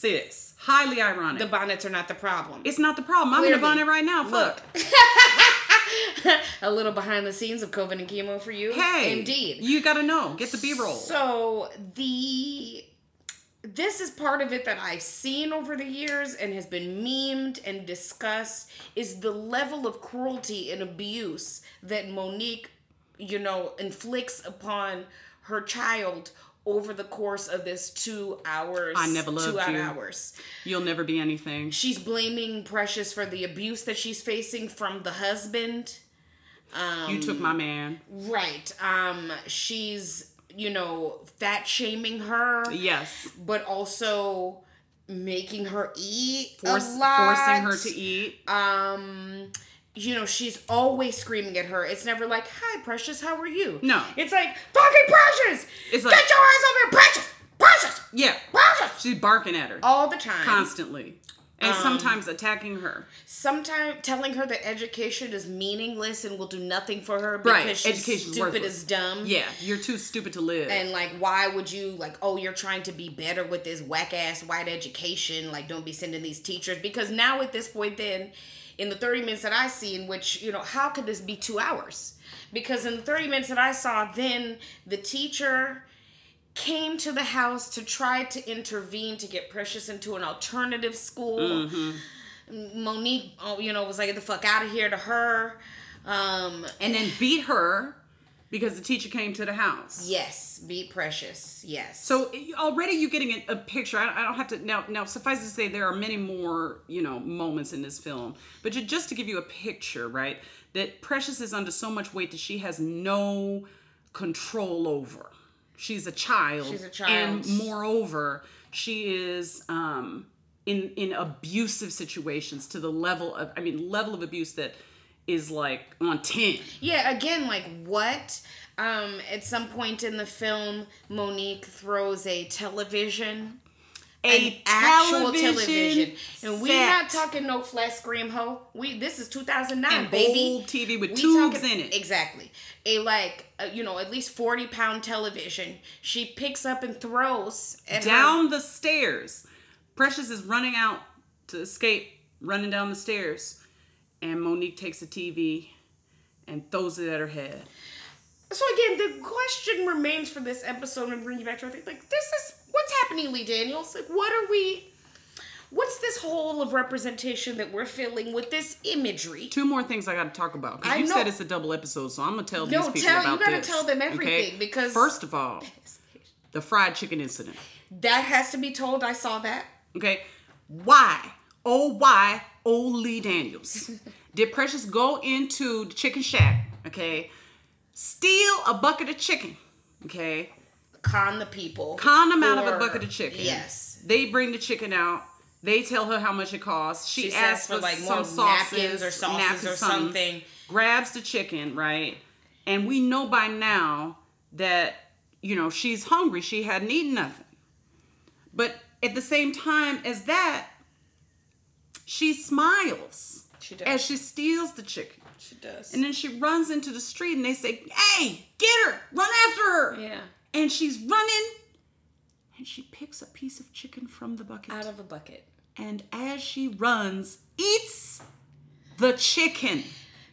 Speaker 1: Sis, highly ironic.
Speaker 2: the bonnets are not the problem.
Speaker 1: it's not the problem. I'm in a
Speaker 2: Clearly.
Speaker 1: bonnet right now.
Speaker 2: Look.
Speaker 1: Fuck.
Speaker 2: a little behind the scenes of COVID and chemo for you.
Speaker 1: Hey,
Speaker 2: indeed.
Speaker 1: you gotta know. Get the B-roll.
Speaker 2: So the this is part of it that I've seen over the years and has been memed and discussed is the level of cruelty and abuse that Monique, you know, inflicts upon her child over the course of this two hours.
Speaker 1: I never loved
Speaker 2: two out
Speaker 1: you.
Speaker 2: hours.
Speaker 1: You'll never be anything.
Speaker 2: She's blaming Precious for the abuse that she's facing from the husband.
Speaker 1: you took my man.
Speaker 2: Right. Um she's you know, fat shaming her.
Speaker 1: Yes.
Speaker 2: But also making her eat.
Speaker 1: Force,
Speaker 2: a lot. Uh,
Speaker 1: Forcing her to eat.
Speaker 2: Um you know, she's always screaming at her. It's never like, Hi Precious, how are you?
Speaker 1: No.
Speaker 2: It's like, fucking Precious!
Speaker 1: It's
Speaker 2: It's
Speaker 1: like-
Speaker 2: like, Get your ass over here, Precious! Precious!
Speaker 1: Yeah.
Speaker 2: Precious!
Speaker 1: She's barking at her
Speaker 2: All Um, the time.
Speaker 1: constantly. And sometimes attacking her.
Speaker 2: sometimes telling her that education is meaningless and will do nothing for her because
Speaker 1: Right,
Speaker 2: she's
Speaker 1: education's
Speaker 2: stupid
Speaker 1: worthless.
Speaker 2: as dumb.
Speaker 1: Yeah, you're too stupid to live.
Speaker 2: And like, why would you like? Oh, you're trying to be better with this whack ass white education. Like, don't be sending these teachers because now at this point, then in the thirty minutes that I see, in which you know, how could this be two hours? Because in the thirty minutes that I saw, then the teacher came to the house to try to intervene to get Precious into an alternative school. Monique, oh, you know, was like, get the fuck out of here to her. Um,
Speaker 1: and then beat her because the teacher came to the house.
Speaker 2: yes, be precious. Yes.
Speaker 1: So i- already you're getting a, a picture. I, I don't have to now. Now suffice to say, there are many more you know moments in this film, but ju- just to give you a picture, right? That Precious is under so much weight that she has no control over. She's a child.
Speaker 2: She's a child.
Speaker 1: And moreover, she is um, in in abusive situations to the level of I mean level of abuse that is like on ten.
Speaker 2: Yeah, again, like what? Um, at some point in the film, Monique throws a television, an actual television, and we're not
Speaker 1: set.
Speaker 2: talking no flat screen hoe. We this is 2009,
Speaker 1: And
Speaker 2: baby.
Speaker 1: old TV with
Speaker 2: We
Speaker 1: tubes
Speaker 2: talking-
Speaker 1: in it.
Speaker 2: Exactly, a like uh, you know at least 40 pound television. She picks up and throws at her-
Speaker 1: down the stairs. Precious is running out to escape, running down the stairs, and Monique takes the TV and throws it at her head.
Speaker 2: So again, the question remains for this episode and bring you back to our thing. Like this is what's happening, Lee Daniels. Like what are we? What's this whole of representation that we're filling with this imagery?
Speaker 1: Two more things I got to talk about. 'cause
Speaker 2: I
Speaker 1: you
Speaker 2: know-
Speaker 1: said it's a double episode, so I'm gonna tell
Speaker 2: No,
Speaker 1: these people
Speaker 2: tell- you
Speaker 1: about
Speaker 2: gotta
Speaker 1: this,
Speaker 2: tell them
Speaker 1: okay?
Speaker 2: everything, because-
Speaker 1: first of all, the fried chicken incident.
Speaker 2: That has to be told. I saw that.
Speaker 1: Okay. Why? Oh, why? Oh, Lee Daniels. Did Precious go into the chicken shack? Okay. Steal a bucket of chicken. Okay.
Speaker 2: Con the people.
Speaker 1: Con them out of a
Speaker 2: for-
Speaker 1: bucket of chicken.
Speaker 2: Yes.
Speaker 1: They bring the chicken out. They tell her how much it costs. She,
Speaker 2: She
Speaker 1: asks for like some more sauces,
Speaker 2: napkins or sauces or something.
Speaker 1: Grabs the chicken, right? And we know by now that you know she's hungry. She hadn't eaten nothing. But at the same time as that, she smiles
Speaker 2: She does.
Speaker 1: as she steals the chicken.
Speaker 2: she does.
Speaker 1: And then she runs into the street and they say, Hey, get her! Run after her!
Speaker 2: yeah.
Speaker 1: and she's running and she picks a piece of chicken from the bucket
Speaker 2: Out of a bucket.
Speaker 1: and as she runs eats the chicken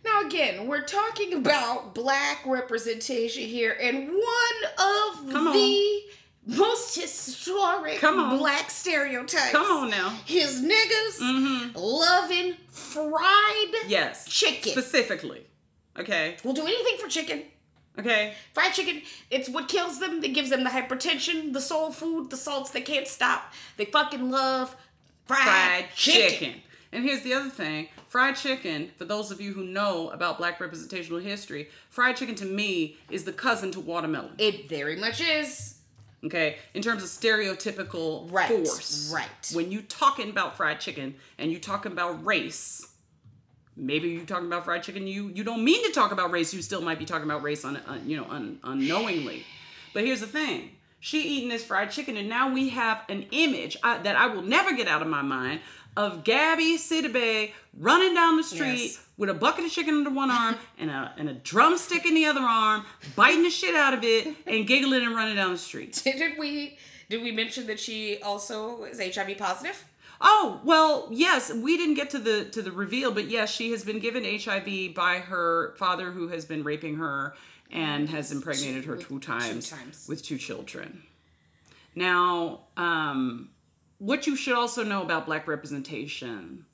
Speaker 2: Now again, we're talking about black representation here, and one of
Speaker 1: Come on.
Speaker 2: the most historic
Speaker 1: Come on.
Speaker 2: black stereotypes.
Speaker 1: come on now Mm-hmm.
Speaker 2: His niggas loving fried
Speaker 1: yes
Speaker 2: chicken.
Speaker 1: specifically okay
Speaker 2: will do anything for chicken.
Speaker 1: okay
Speaker 2: Fried chicken, it's what kills them, that gives them the hypertension, the soul food, the salts they can't stop. They fucking love fried,
Speaker 1: fried
Speaker 2: chicken.
Speaker 1: chicken. And here's the other thing fried chicken, for those of you who know about black representational history, fried chicken to me is the cousin to watermelon.
Speaker 2: It very much is.
Speaker 1: Okay, in terms of stereotypical
Speaker 2: Right,
Speaker 1: force,
Speaker 2: right.
Speaker 1: When you talking about fried chicken and you talking about race, maybe you talking about fried chicken. You you don't mean to talk about race. You still might be talking about race on un, you know un, unknowingly. But here's the thing: she eating this fried chicken, and now we have an image I, that I will never get out of my mind of Gabby Sidibe running down the street.
Speaker 2: Yes.
Speaker 1: With a bucket of chicken under one arm and a, and a drumstick in the other arm, biting the shit out of it and giggling and running down the street.
Speaker 2: Did we did we mention that she also is HIV positive?
Speaker 1: Oh well, yes. We didn't get to the to the reveal, but yes, she has been given HIV by her father, who has been raping her and has impregnated her two times,
Speaker 2: times.
Speaker 1: with two children. Now, um, what you should also know about black representation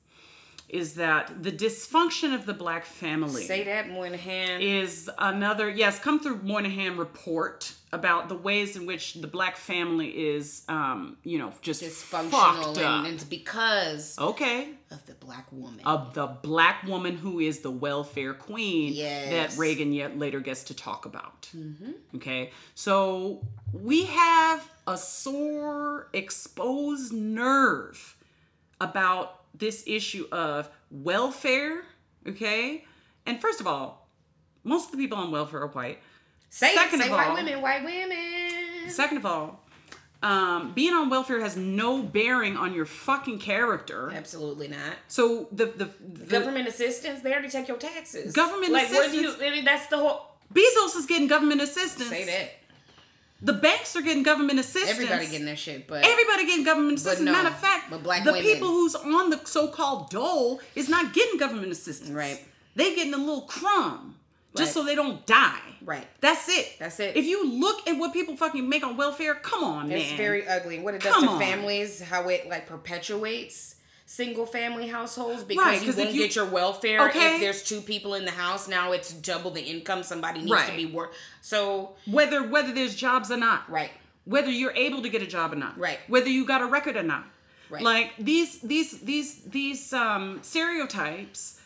Speaker 1: is that the dysfunction of the black family
Speaker 2: Say that, Moynihan.
Speaker 1: is another yes come through moynihan report about the ways in which the black family is um you know just
Speaker 2: dysfunctional,
Speaker 1: fucked up. Uh,
Speaker 2: and it's because
Speaker 1: okay
Speaker 2: of the black woman.
Speaker 1: of the black woman who is the welfare queen
Speaker 2: Yes. Mm-hmm.
Speaker 1: that reagan yet later gets to talk about okay so we have a sore exposed nerve about this issue of welfare okay and first of all most of the people on welfare are white
Speaker 2: say it,
Speaker 1: second
Speaker 2: say
Speaker 1: of
Speaker 2: white
Speaker 1: all-
Speaker 2: women, white women.
Speaker 1: Second of all, um, being on welfare has no bearing on your fucking character.
Speaker 2: Absolutely not.
Speaker 1: So the the, the
Speaker 2: Government assistance, they already take your taxes.
Speaker 1: Government
Speaker 2: like, What
Speaker 1: assistance-
Speaker 2: do you, I mean, that's the whole.
Speaker 1: Bezos is getting government assistance.
Speaker 2: Say that.
Speaker 1: The banks are getting government assistance.
Speaker 2: Everybody getting that shit, but
Speaker 1: Everybody getting government assistance.
Speaker 2: no,
Speaker 1: Matter of fact,
Speaker 2: but black
Speaker 1: the
Speaker 2: women-
Speaker 1: people who's on the so-called dole is not getting government assistance.
Speaker 2: Right.
Speaker 1: They getting a little crumb just
Speaker 2: Right.
Speaker 1: so they don't die.
Speaker 2: Right.
Speaker 1: That's it.
Speaker 2: That's it.
Speaker 1: If you look at what people fucking make on welfare, come on, man.
Speaker 2: It's very ugly. What it does
Speaker 1: Come
Speaker 2: to
Speaker 1: on.
Speaker 2: families, how it like perpetuates single family households because
Speaker 1: Right,
Speaker 2: you
Speaker 1: 'cause if
Speaker 2: won't
Speaker 1: you-
Speaker 2: get your welfare
Speaker 1: Okay.
Speaker 2: if there's two people in the house. Now it's double the income somebody needs to
Speaker 1: Right.
Speaker 2: be work. So
Speaker 1: whether whether there's jobs or not.
Speaker 2: right,
Speaker 1: whether you're able to get a job or not
Speaker 2: Right.
Speaker 1: whether you got a record or not
Speaker 2: Right.
Speaker 1: like these these these these um stereotypes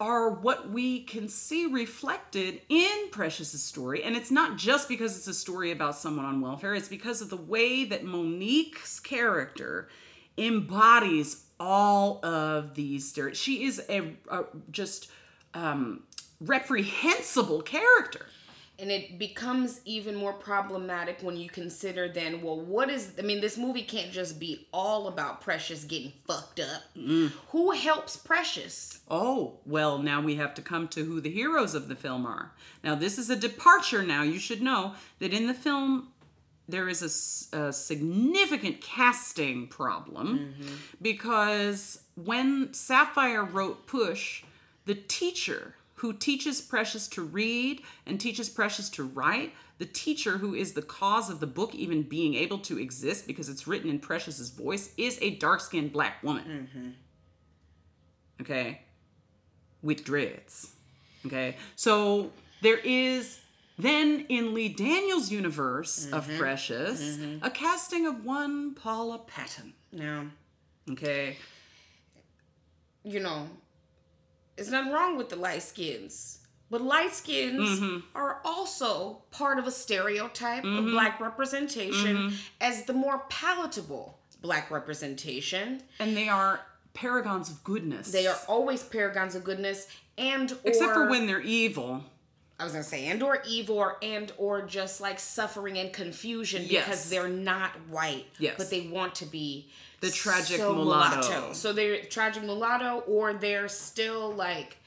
Speaker 1: are what we can see reflected in Precious's story. And it's not just because it's a story about someone on welfare, it's because of the way that Monique's character embodies all of these stereotypes. She is a, a just um, reprehensible character.
Speaker 2: and it becomes even more problematic when you consider then well what is i mean this movie can't just be all about precious getting fucked up
Speaker 1: Mm.
Speaker 2: who helps precious
Speaker 1: Oh, well, now we have to come to who the heroes of the film are. Now, this is a departure now. You should know that in the film, there is a s- a, significant casting problem because when Sapphire wrote Push, the teacher who teaches Precious to read and teaches Precious to write, the teacher who is the cause of the book even being able to exist because it's written in Precious's voice, is a dark skinned black woman okay, with dreads. Okay, so there is then in Lee Daniels' universe of
Speaker 2: Mm-hmm.
Speaker 1: Precious a casting of one Paula Patton.
Speaker 2: now
Speaker 1: Okay,
Speaker 2: you know, it's nothing wrong with the light skins. But light skins
Speaker 1: Mm-hmm.
Speaker 2: are also part of a stereotype of black representation
Speaker 1: Mm-hmm.
Speaker 2: as the more palatable black representation.
Speaker 1: and they are paragons of goodness.
Speaker 2: They are always paragons of goodness and or
Speaker 1: except for when they're evil.
Speaker 2: I was gonna say and or evil or and or just like suffering and confusion
Speaker 1: Yes.
Speaker 2: because they're not white.
Speaker 1: Yes.
Speaker 2: But they want to be
Speaker 1: The tragic
Speaker 2: so
Speaker 1: mulatto.
Speaker 2: So they're tragic mulatto or they're still like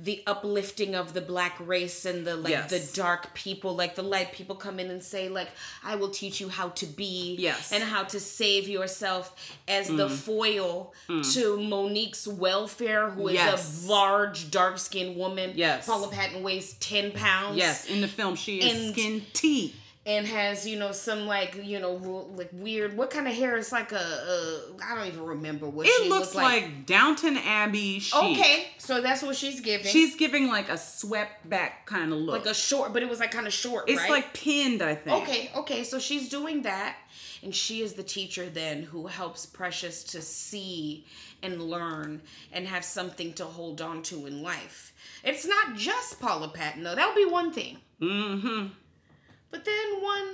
Speaker 2: the uplifting of the black race and the like
Speaker 1: Yes.
Speaker 2: the dark people like the light people come in and say like i will teach you how to be
Speaker 1: Yes. Mm.
Speaker 2: and how to save yourself as the foil to monique's welfare who is
Speaker 1: Yes.
Speaker 2: a large dark-skinned woman
Speaker 1: Yes.
Speaker 2: paula patton weighs 10 pounds
Speaker 1: Yes, in the film she is
Speaker 2: And-
Speaker 1: skin tea.
Speaker 2: and has you know some like you know w- like weird what kind of hair is like a, a i don't even remember what
Speaker 1: It
Speaker 2: she
Speaker 1: looks
Speaker 2: looked like,
Speaker 1: like, Downton Abbey chic.
Speaker 2: okay so that's what she's giving
Speaker 1: She's giving like a swept back kind of look.
Speaker 2: like a short but it was like kind of short
Speaker 1: it's
Speaker 2: right?
Speaker 1: like pinned, I think.
Speaker 2: Okay, okay. So she's doing that, and she is the teacher then who helps Precious to see and learn and have something to hold on to in life. It's not just Paula Patton though. That would be one thing.
Speaker 1: Mm-hmm.
Speaker 2: But then one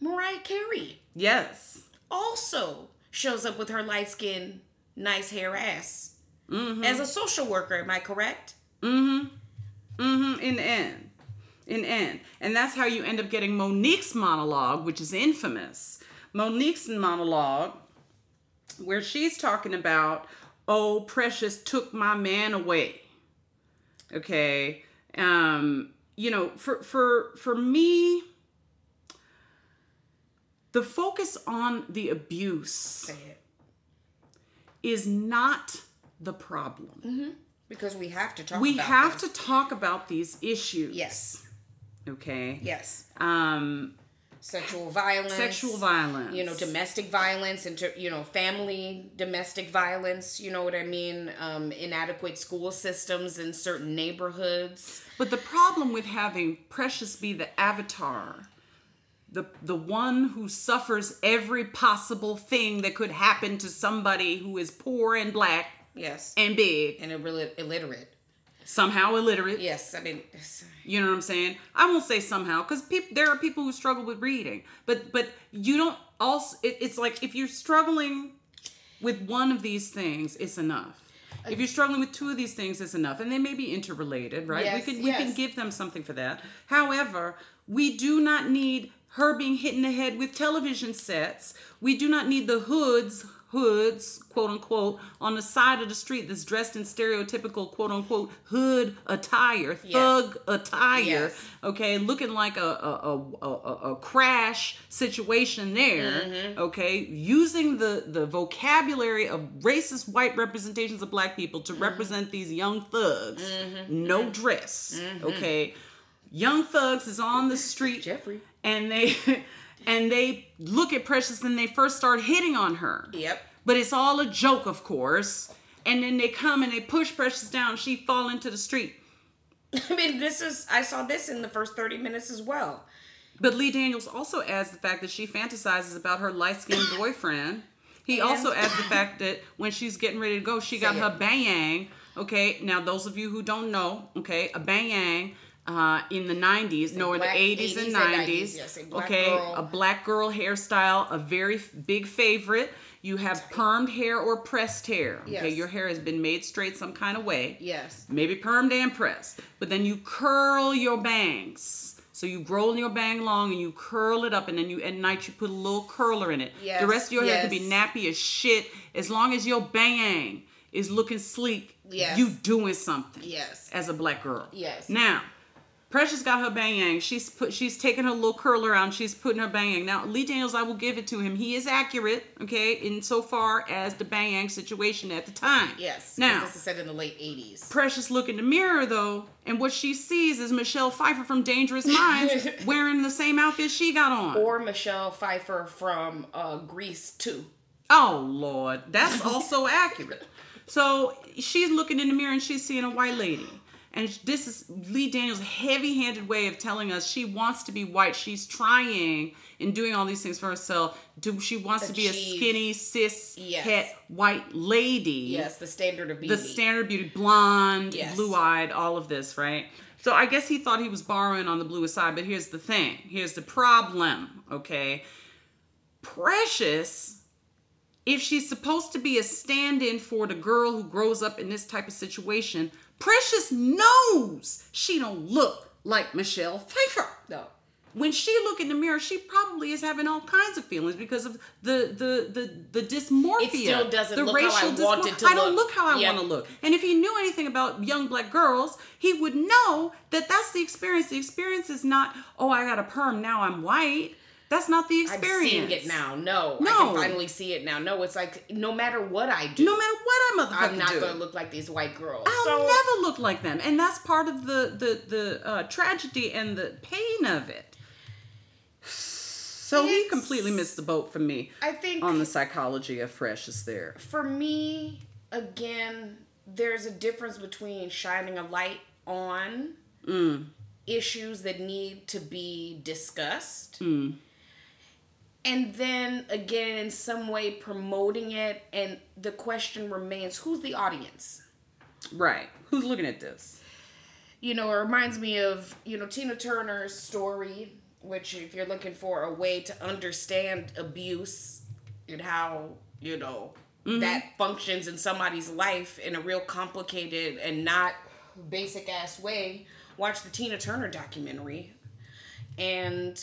Speaker 2: Mariah Carey
Speaker 1: Yes.
Speaker 2: also shows up with her light skin, nice hair ass as a social worker. Am I correct?
Speaker 1: Mm-hmm. In the end. In the end. And that's how you end up getting Monique's monologue, which is infamous. Monique's monologue, where she's talking about, oh, Precious took my man away. Okay. Um, you know, for for for me, the focus on the abuse
Speaker 2: Say it.
Speaker 1: is not the problem.
Speaker 2: Because we have to talk.
Speaker 1: We
Speaker 2: about
Speaker 1: have
Speaker 2: this.
Speaker 1: to talk about these issues.
Speaker 2: Yes.
Speaker 1: Okay.
Speaker 2: Yes.
Speaker 1: Um,
Speaker 2: sexual violence,
Speaker 1: sexual violence.
Speaker 2: you know, domestic violence, inter, you know, family domestic violence, you know what I mean? Um, inadequate school systems in certain neighborhoods.
Speaker 1: But the problem with having Precious be the avatar, the the one who suffers every possible thing that could happen to somebody who is poor and black
Speaker 2: Yes.
Speaker 1: and big,
Speaker 2: And, really illiterate.
Speaker 1: somehow illiterate.
Speaker 2: Yes, I mean, it's-
Speaker 1: You know what I'm saying? I won't say somehow because peop there are people who struggle with reading, but but you don't also. It, it's like if you're struggling with one of these things, it's enough.
Speaker 2: Uh,
Speaker 1: If you're struggling with two of these things, it's enough, and they may be interrelated, right?
Speaker 2: Yes,
Speaker 1: we can we can
Speaker 2: yes.
Speaker 1: give them something for that. However, we do not need her being hit in the head with television sets. We do not need the hoods hoods quote unquote on the side of the street that's dressed in stereotypical quote unquote hood attire thug attire
Speaker 2: Yes.
Speaker 1: okay looking like a a, a, a, a crash situation there okay using the the vocabulary of racist white representations of black people to represent these young thugs no dress okay young thugs is on the street
Speaker 2: Jeffrey.
Speaker 1: and they and they look at precious and they first start hitting on her
Speaker 2: Yep.
Speaker 1: but it's all a joke, of course. And then they come and they push Precious down. She fall into the street.
Speaker 2: I mean, this is, I saw this in the first 30 minutes as well.
Speaker 1: But Lee Daniels also adds the fact that she fantasizes about her light skinned boyfriend. He also adds the fact that when she's getting ready to go, she got
Speaker 2: Say
Speaker 1: her
Speaker 2: it.
Speaker 1: bang. Okay, now those of you who don't know, okay, a bang uh, in the 90s, no, in the
Speaker 2: black
Speaker 1: 80s, and
Speaker 2: 80s and
Speaker 1: 90s.
Speaker 2: 90s, yes, a black
Speaker 1: okay,
Speaker 2: girl.
Speaker 1: a black girl hairstyle, a very f- big favorite. You have permed hair or pressed hair. Okay,
Speaker 2: Yes.
Speaker 1: your hair has been made straight some kind of way.
Speaker 2: Yes.
Speaker 1: maybe permed and pressed, but then you curl your bangs. So you roll your bang long and you curl it up, and then you at night you put a little curler in it.
Speaker 2: Yes,
Speaker 1: the rest of your hair could be
Speaker 2: yes.
Speaker 1: nappy as shit as long as your bang is looking sleek.
Speaker 2: Yes.
Speaker 1: you doing something.
Speaker 2: Yes.
Speaker 1: as a black girl.
Speaker 2: Yes.
Speaker 1: Now, Precious got her bang. She's put. She's taking her little curler out. And she's putting her bang. Now, Lee Daniels, I will give it to him. He is accurate. Okay, insofar as the bang situation at the time.
Speaker 2: Yes. 'cause
Speaker 1: Now,
Speaker 2: this is set in the late 80s.
Speaker 1: Precious look in the mirror though, and what she sees is Michelle Pfeiffer from Dangerous Minds wearing the same outfit she got on.
Speaker 2: Or Michelle Pfeiffer from uh, Greece, too.
Speaker 1: oh Lord, that's also accurate. So she's looking in the mirror and she's seeing a white lady. And this is Lee Daniels' heavy handed way of telling us she wants to be white. She's trying and doing all these things for herself. Do she wants to be a
Speaker 2: Achieve.
Speaker 1: skinny, cis,
Speaker 2: Yes.
Speaker 1: het, white lady?
Speaker 2: Yes, the standard of beauty.
Speaker 1: the standard beauty, blonde,
Speaker 2: Yes.
Speaker 1: blue eyed, all of this, right? So I guess he thought he was borrowing on the blue side, but here's the thing. Here's the problem, okay? Precious, if she's supposed to be a stand in for the girl who grows up in this type of situation, Precious knows she don't look like Michelle Pfeiffer
Speaker 2: No.
Speaker 1: when she look in the mirror, she probably is having all kinds of feelings because of the the the the dysmorphia.
Speaker 2: It still doesn't
Speaker 1: the
Speaker 2: look how I want it to
Speaker 1: I don't
Speaker 2: look.
Speaker 1: look how I
Speaker 2: Yeah.
Speaker 1: want to look. And if he knew anything about young black girls, he would know that that's the experience. The experience is not oh I got a perm now I'm white. That's not the
Speaker 2: I'm
Speaker 1: experience.
Speaker 2: seeing it now. No, I
Speaker 1: No.
Speaker 2: can finally see it now. No, it's like no matter what I do,
Speaker 1: No matter what I motherfucker
Speaker 2: I'm not
Speaker 1: do.
Speaker 2: going to look like these white girls.
Speaker 1: I'll
Speaker 2: so
Speaker 1: never look like them, and that's part of the the the uh, tragedy and the pain of it. So he
Speaker 2: It's-
Speaker 1: completely missed the boat for me.
Speaker 2: I think
Speaker 1: on the psychology of Precious there.
Speaker 2: for me, again, there's a difference between shining a light on issues that need to be discussed. And then again, in some way, promoting it. And the question remains who's the audience?
Speaker 1: Right. Who's looking at this?
Speaker 2: you know, it reminds me of, you know, Tina Turner's story, which if you're looking for a way to understand abuse and how, you know, that functions in somebody's life in a real complicated and not basic ass way, watch the Tina Turner documentary. And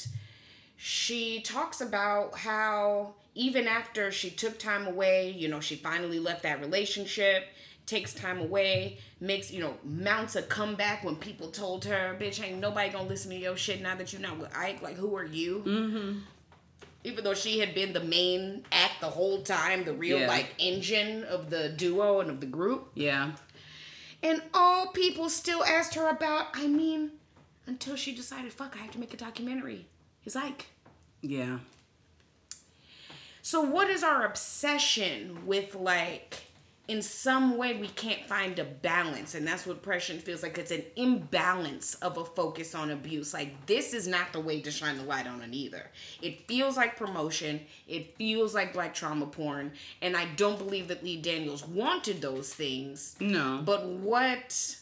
Speaker 2: she talks about how even after she took time away, you know, she finally left that relationship, takes time away, makes, you know, mounts a comeback when people told her, bitch, ain't nobody gonna listen to your shit now that you're not with Ike. Like, who are you? Mm-hmm. Even though she had been the main act the whole time, the real,
Speaker 1: Yeah.
Speaker 2: like, engine of the duo and of the group.
Speaker 1: Yeah.
Speaker 2: And all people still asked her about, I mean, until she decided, fuck, I have to make a documentary. He's like,
Speaker 1: Yeah.
Speaker 2: So what is our obsession with like in some way we can't find a balance and that's what depression feels like it's an imbalance of a focus on abuse like this is not the way to shine the light on it either it feels like promotion it feels like black trauma porn and i don't believe that lee daniels wanted those things
Speaker 1: No.
Speaker 2: but what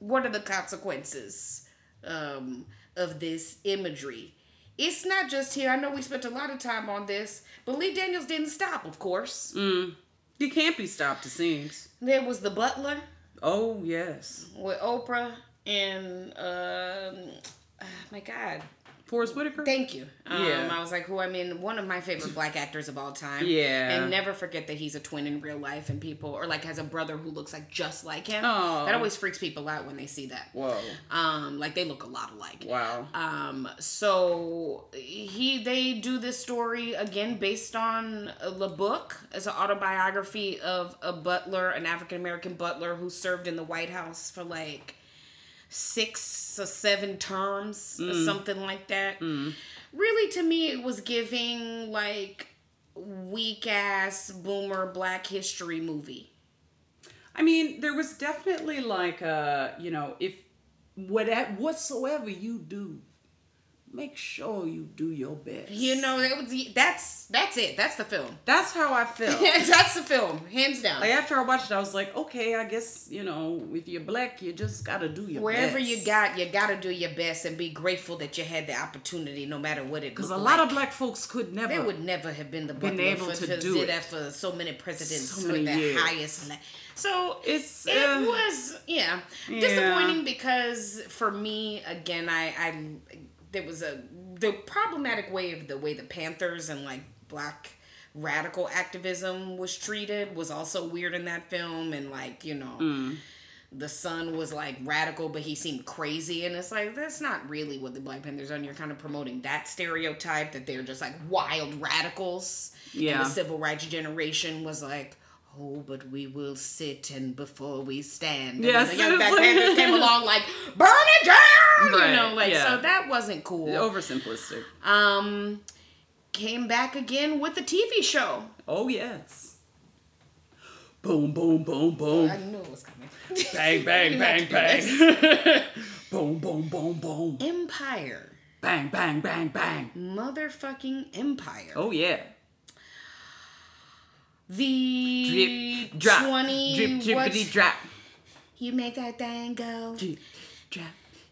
Speaker 2: what are the consequences um, of this imagery? It's not just here. I know we spent a lot of time on this, but Lee Daniels didn't stop, of
Speaker 1: Mm.
Speaker 2: course.
Speaker 1: you can't be stopped, it seems.
Speaker 2: There was The Butler
Speaker 1: Oh, yes.
Speaker 2: with Oprah and, um, ah, my God,
Speaker 1: Forrest Whitaker?
Speaker 2: thank you. Um,
Speaker 1: Yeah.
Speaker 2: I was like, who I mean, one of my favorite black actors of all time.
Speaker 1: Yeah.
Speaker 2: And never forget that he's a twin in real life and people, or like has a brother who looks like just like him.
Speaker 1: Oh.
Speaker 2: That always freaks people out when they see that.
Speaker 1: Whoa.
Speaker 2: Um, like they look a lot alike.
Speaker 1: Wow.
Speaker 2: Um, so he they do this story again based on the book as an autobiography of a butler, an African American butler who served in the White House for like six or seven terms or something like that. Really, to me, it was giving like weak ass boomer Black History movie.
Speaker 1: I mean, there was definitely like a, you know, if whatever, whatsoever you do, make sure you do your best.
Speaker 2: You know, that was that's that's it. That's the film.
Speaker 1: That's how I felt.
Speaker 2: that's the film, hands down.
Speaker 1: Like after I watched it, I was like, okay, I guess you know, if you're black, you just gotta do your
Speaker 2: Wherever
Speaker 1: best.
Speaker 2: you got, you gotta do your best and be grateful that you had the opportunity, no matter what it.
Speaker 1: Because
Speaker 2: Because
Speaker 1: a lot of black folks could never.
Speaker 2: they would never have been the
Speaker 1: been
Speaker 2: butler
Speaker 1: able
Speaker 2: for,
Speaker 1: to do it.
Speaker 2: that for so many presidents
Speaker 1: So
Speaker 2: for
Speaker 1: many
Speaker 2: the
Speaker 1: years.
Speaker 2: highest. Le- so
Speaker 1: It's,
Speaker 2: it
Speaker 1: uh,
Speaker 2: was yeah,
Speaker 1: Yeah.
Speaker 2: disappointing because for me again, I I there was a the problematic way of the way the Panthers and like black radical activism was treated was also weird in that film and like you know
Speaker 1: Mm.
Speaker 2: the son was like radical, but he seemed crazy. And it's like, that's not really what the Black Panthers are. And you're kind of promoting that stereotype that they're just like wild radicals.
Speaker 1: Yeah.
Speaker 2: And the civil rights generation was like, oh, but we will sit and before we stand. And
Speaker 1: Yes,
Speaker 2: The young
Speaker 1: it's
Speaker 2: Black
Speaker 1: like-
Speaker 2: Panthers came along like, burn it down!
Speaker 1: Right,
Speaker 2: You know, like,
Speaker 1: yeah.
Speaker 2: so that wasn't cool.
Speaker 1: Oversimplistic.
Speaker 2: Um, came back again with the TV show.
Speaker 1: Oh yes. Boom, boom, boom, boom.
Speaker 2: I knew it was coming.
Speaker 1: Bang, bang,
Speaker 2: You
Speaker 1: bang,
Speaker 2: had
Speaker 1: bang. boom, boom, boom, boom.
Speaker 2: Empire.
Speaker 1: Bang, bang, bang, bang.
Speaker 2: Motherfucking Empire.
Speaker 1: Oh yeah.
Speaker 2: the
Speaker 1: Drip, drop.
Speaker 2: 20
Speaker 1: Drip,
Speaker 2: what's-
Speaker 1: drippity, drop.
Speaker 2: you make that thing go
Speaker 1: Drip, drop.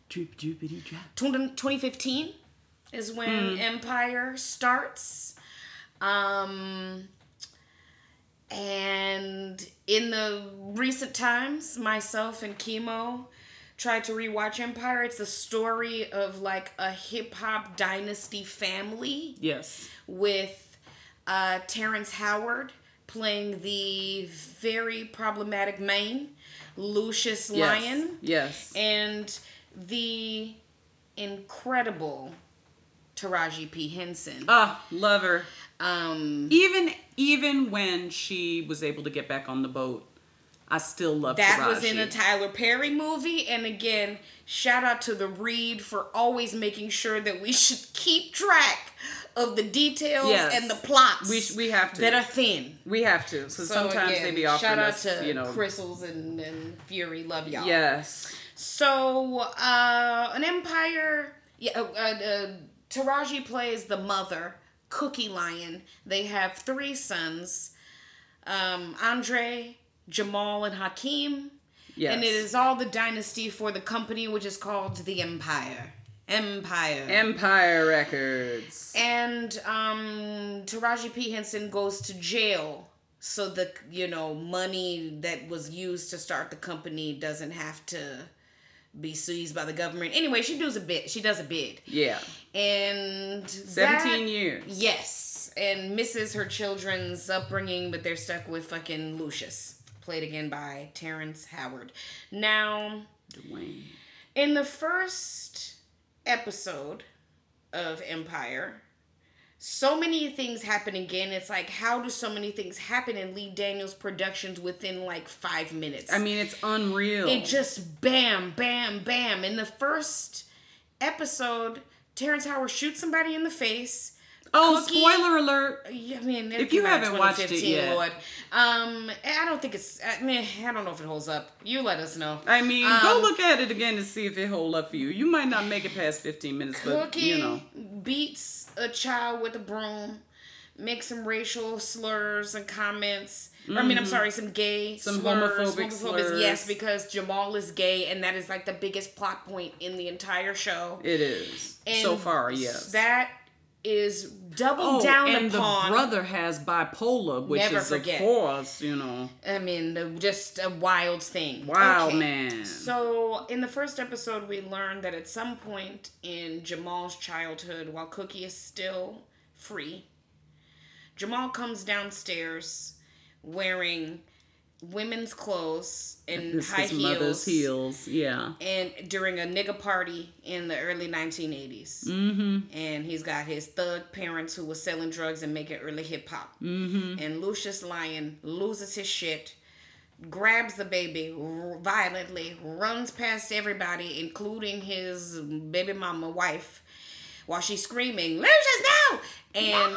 Speaker 1: Drip, drippity, drop.
Speaker 2: 2015 is when
Speaker 1: Mm.
Speaker 2: empire starts um and in the recent times myself and chemo tried to rewatch empire it's the story of like a hip-hop dynasty family
Speaker 1: Yes.
Speaker 2: with uh, Terrence Howard playing the very problematic main, Lucius
Speaker 1: Yes.
Speaker 2: Lyon,
Speaker 1: Yes.
Speaker 2: and the incredible Taraji P. Henson.
Speaker 1: Ah, love her.
Speaker 2: Um,
Speaker 1: even even when she was able to get back on the boat, I still loved
Speaker 2: that
Speaker 1: Taraji.
Speaker 2: was in a Tyler Perry movie, and again, shout out to the Reed for always making sure that we should keep track of the details
Speaker 1: Yes.
Speaker 2: and the plots
Speaker 1: We sh- we have to.
Speaker 2: that are thin.
Speaker 1: we have to. So,
Speaker 2: So
Speaker 1: sometimes
Speaker 2: again,
Speaker 1: they be offering
Speaker 2: shout out
Speaker 1: us,
Speaker 2: to
Speaker 1: you know.
Speaker 2: Crystals and, and Fury, love y'all.
Speaker 1: Yes.
Speaker 2: So uh, an empire. Yeah, uh, uh, Taraji plays the mother, Cookie Lion. They have three sons, um, Andre, Jamal, and Hakeem.
Speaker 1: Yes.
Speaker 2: And it is all the dynasty for the company, which is called the Empire. Empire.
Speaker 1: Empire Records.
Speaker 2: And um, Taraji P. Henson goes to jail. So the you know money that was used to start the company doesn't have to be seized by the government. Anyway, she does a bid. She does a bid,
Speaker 1: yeah.
Speaker 2: and
Speaker 1: Seventeen
Speaker 2: that-
Speaker 1: years.
Speaker 2: Yes, and misses her children's upbringing, but they're stuck with fucking Lucius, played again by Terrence Howard. Now,
Speaker 1: Dwayne.
Speaker 2: in the first episode of Empire, so many things happen again. It's like, how do so many things happen in Lee Daniels Productions within like five minutes?
Speaker 1: I mean, it's unreal.
Speaker 2: it just bam, bam, bam. In the first episode, Terrence Howard shoots somebody in the face.
Speaker 1: Oh,
Speaker 2: Cookie-
Speaker 1: spoiler alert.
Speaker 2: Yeah, I mean, it
Speaker 1: If
Speaker 2: came
Speaker 1: you
Speaker 2: out in
Speaker 1: haven't watched it
Speaker 2: 2015,
Speaker 1: yet.
Speaker 2: Lord. um, I don't think it's. I mean, I don't know if it holds up. You let us know.
Speaker 1: I mean, go
Speaker 2: Um,
Speaker 1: look at it again to see if it hold up for you. You might not make it past 15 minutes, but
Speaker 2: Cookie
Speaker 1: you know.
Speaker 2: beats a child with a broom, makes some racial slurs and comments. Or, I mean, I'm sorry, some gay,
Speaker 1: Mm-hmm. Some
Speaker 2: slurs,
Speaker 1: homophobic slurs.
Speaker 2: Yes, because Jamal is gay, and that is like the biggest plot point in the entire show.
Speaker 1: It is.
Speaker 2: And
Speaker 1: so far, yes.
Speaker 2: That is doubled
Speaker 1: oh,
Speaker 2: down
Speaker 1: and
Speaker 2: upon.
Speaker 1: the brother has bipolar, which
Speaker 2: Never
Speaker 1: is of
Speaker 2: forget.
Speaker 1: course, you know.
Speaker 2: I mean, the, just a wild thing.
Speaker 1: Wow,
Speaker 2: Okay.
Speaker 1: man.
Speaker 2: So, in the first episode, we learned that at some point in Jamal's childhood, while Cookie is still free, Jamal comes downstairs wearing women's clothes and
Speaker 1: It's
Speaker 2: high
Speaker 1: his mother's
Speaker 2: heels,
Speaker 1: heels. Yeah.
Speaker 2: and during a nigga party in the early 1980s.
Speaker 1: Mm-hmm.
Speaker 2: And he's got his thug parents who were selling drugs and making early hip hop.
Speaker 1: Mm-hmm.
Speaker 2: And Lucius Lyon loses his shit, grabs the baby r- violently, runs past everybody, including his baby mama wife, while she's screaming, Lucius, no! And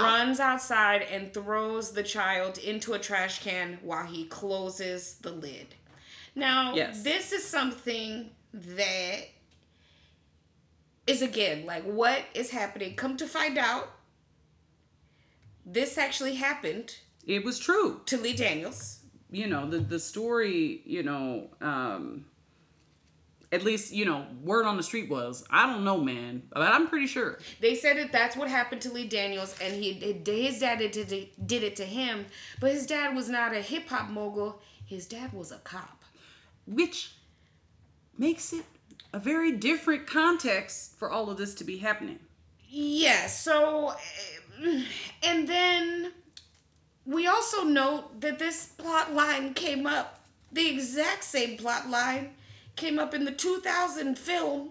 Speaker 2: runs outside and throws the child into a trash can while he closes the lid. Now,
Speaker 1: Yes.
Speaker 2: this is something that is again like what is happening. Come to find out, this actually happened
Speaker 1: It was true.
Speaker 2: to Lee Daniels.
Speaker 1: you know the the story you know um at least you know word on the street was i don't know man but i'm pretty sure
Speaker 2: They said that that's what happened to Lee Daniels, and he his dad did it, did it to him. But his dad was not a hip hop mogul. His dad was a cop.
Speaker 1: which makes it a very different context for all of this to be happening
Speaker 2: Yeah. So, eh, and then we also note that this plot line came up. The exact same plot line came up in the 2000 film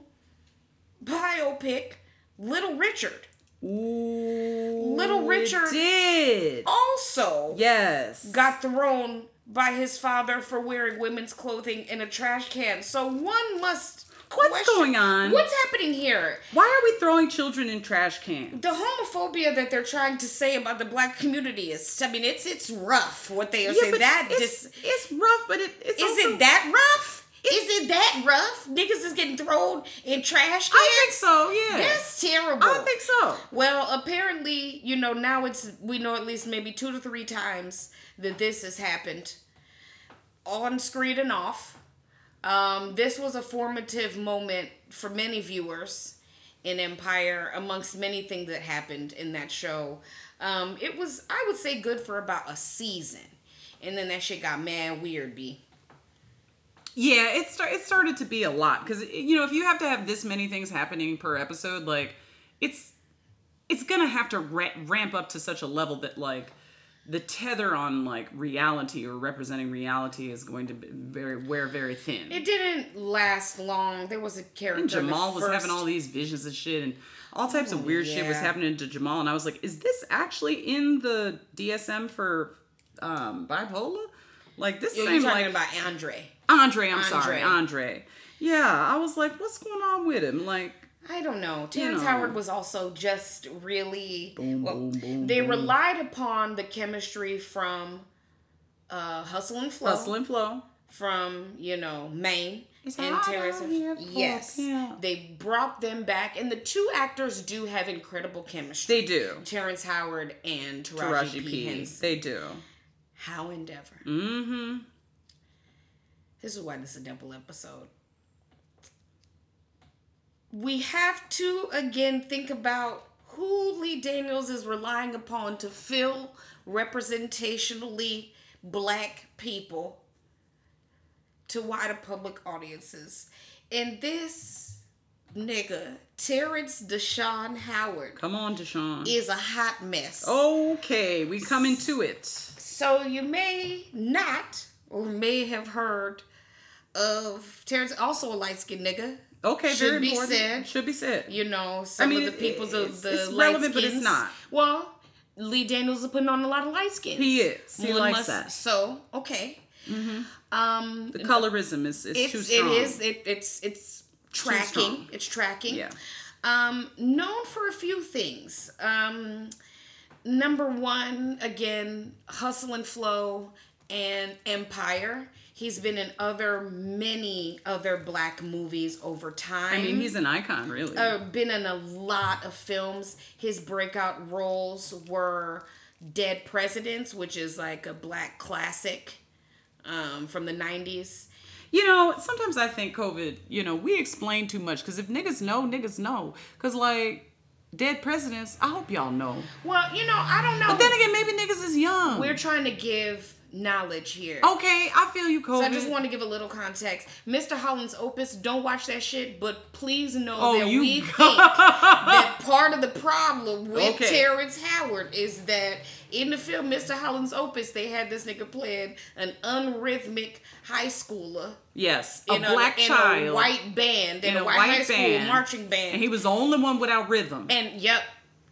Speaker 2: biopic Little Richard.
Speaker 1: Ooh,
Speaker 2: Little
Speaker 1: it
Speaker 2: Richard-
Speaker 1: did
Speaker 2: Also,
Speaker 1: yes
Speaker 2: got thrown by his father for wearing women's clothing in a trash can. So one must.
Speaker 1: What's going on?
Speaker 2: What's happening here?
Speaker 1: why are we throwing children in trash cans
Speaker 2: The homophobia that they're trying to say about the black community is, I mean, it's it's rough what they are
Speaker 1: Yeah,
Speaker 2: saying.
Speaker 1: but
Speaker 2: That
Speaker 1: it's,
Speaker 2: dis-
Speaker 1: it's rough but it, it's
Speaker 2: is
Speaker 1: also-
Speaker 2: it that rough? Is it that rough? Niggas is getting thrown in trash cans.
Speaker 1: i think so yeah
Speaker 2: That's terrible.
Speaker 1: i think so
Speaker 2: Well, apparently, you know, now it's we know at least maybe two to three times that this has happened on screen and off. Um, this was a formative moment for many viewers in Empire, amongst many things that happened in that show. Um, it was, I would say, good for about a season, and then that shit got mad weird. B.
Speaker 1: Yeah, it start, it started to be a lot because you know if you have to have this many things happening per episode, like it's it's gonna have to ra- ramp up to such a level that like the tether on like reality or representing reality is going to be very wear very thin.
Speaker 2: It didn't last long. There was a character. in the
Speaker 1: Jamal was having
Speaker 2: first- Oh,
Speaker 1: all these visions and shit, and all types of weird shit was
Speaker 2: yeah.
Speaker 1: happening to Jamal, and I was like, is this actually in the DSM for um, bipolar? Like this
Speaker 2: You're
Speaker 1: seemed
Speaker 2: talking
Speaker 1: like
Speaker 2: about Andre.
Speaker 1: Andre, I'm sorry,
Speaker 2: Andre.
Speaker 1: Andre. Yeah, I was like, what's going on with him? Like,
Speaker 2: I don't know. Terrence
Speaker 1: know.
Speaker 2: Howard was also just really.
Speaker 1: Boom,
Speaker 2: well,
Speaker 1: boom, boom,
Speaker 2: they
Speaker 1: boom.
Speaker 2: relied upon the chemistry from uh, Hustle and Flow,
Speaker 1: hustle and flow.
Speaker 2: from you know Maine
Speaker 1: It's
Speaker 2: and
Speaker 1: hot
Speaker 2: Terrence.
Speaker 1: out here for a
Speaker 2: yes,
Speaker 1: pimp.
Speaker 2: they brought them back, and the two actors do have incredible chemistry.
Speaker 1: They do.
Speaker 2: Terrence Howard and Taraji,
Speaker 1: Taraji
Speaker 2: P.
Speaker 1: P.
Speaker 2: Henson.
Speaker 1: They do.
Speaker 2: How endeavor.
Speaker 1: Mm-hmm.
Speaker 2: This is why this is a double episode. We have to again think about who Lee Daniels is relying upon to fill representationally black people to wider public audiences. And this nigga, Terrence Deshaun Howard,
Speaker 1: Come on, Deshaun.
Speaker 2: is a hot mess.
Speaker 1: okay, we coming to it.
Speaker 2: So you may not or may have heard of Terrence, also a light skinned nigga.
Speaker 1: Okay,
Speaker 2: Should
Speaker 1: very
Speaker 2: be
Speaker 1: important.
Speaker 2: said.
Speaker 1: Should be said.
Speaker 2: You know, some
Speaker 1: mean,
Speaker 2: of the
Speaker 1: it-
Speaker 2: people's of
Speaker 1: it's-
Speaker 2: the
Speaker 1: it's relevant, but it's
Speaker 2: light-skins.
Speaker 1: not.
Speaker 2: Well, Lee Daniels is putting on a lot of light skins.
Speaker 1: He is. He likes that.
Speaker 2: So okay. Um,
Speaker 1: The colorism is, is
Speaker 2: it's
Speaker 1: too strong.
Speaker 2: it is it, it's it's tracking.
Speaker 1: strong.
Speaker 2: It's tracking.
Speaker 1: Yeah.
Speaker 2: Um, known for a few things. Um, number one, again, Hustle and Flow and Empire. He's been in other many other black movies over time.
Speaker 1: I mean, he's an icon, really.
Speaker 2: uh, been in a lot of films. His breakout roles were Dead Presidents, which is like a black classic um, from the 90s.
Speaker 1: You know, sometimes I think COVID, you know, we explain too much because if niggas know, niggas know. Because, like, dead presidents, I hope y'all know.
Speaker 2: Well, you know, I don't know.
Speaker 1: But then again, maybe niggas is young.
Speaker 2: Oh. We're trying to give knowledge
Speaker 1: Oh,
Speaker 2: here.
Speaker 1: okay, I feel you, COVID.
Speaker 2: So I just want to give a little context. Mr. Holland's opus, don't watch that shit, but please know
Speaker 1: Oh,
Speaker 2: that
Speaker 1: you-
Speaker 2: we think that part of the problem with
Speaker 1: Okay.
Speaker 2: Terrence Howard is that in the film Mr. Holland's opus, they had this nigga playing an unrhythmic high schooler
Speaker 1: yes, a
Speaker 2: in a,
Speaker 1: black
Speaker 2: in
Speaker 1: child.
Speaker 2: a white band, in,
Speaker 1: in
Speaker 2: a, white, high school marching band.
Speaker 1: And he was the only one without rhythm.
Speaker 2: And yep,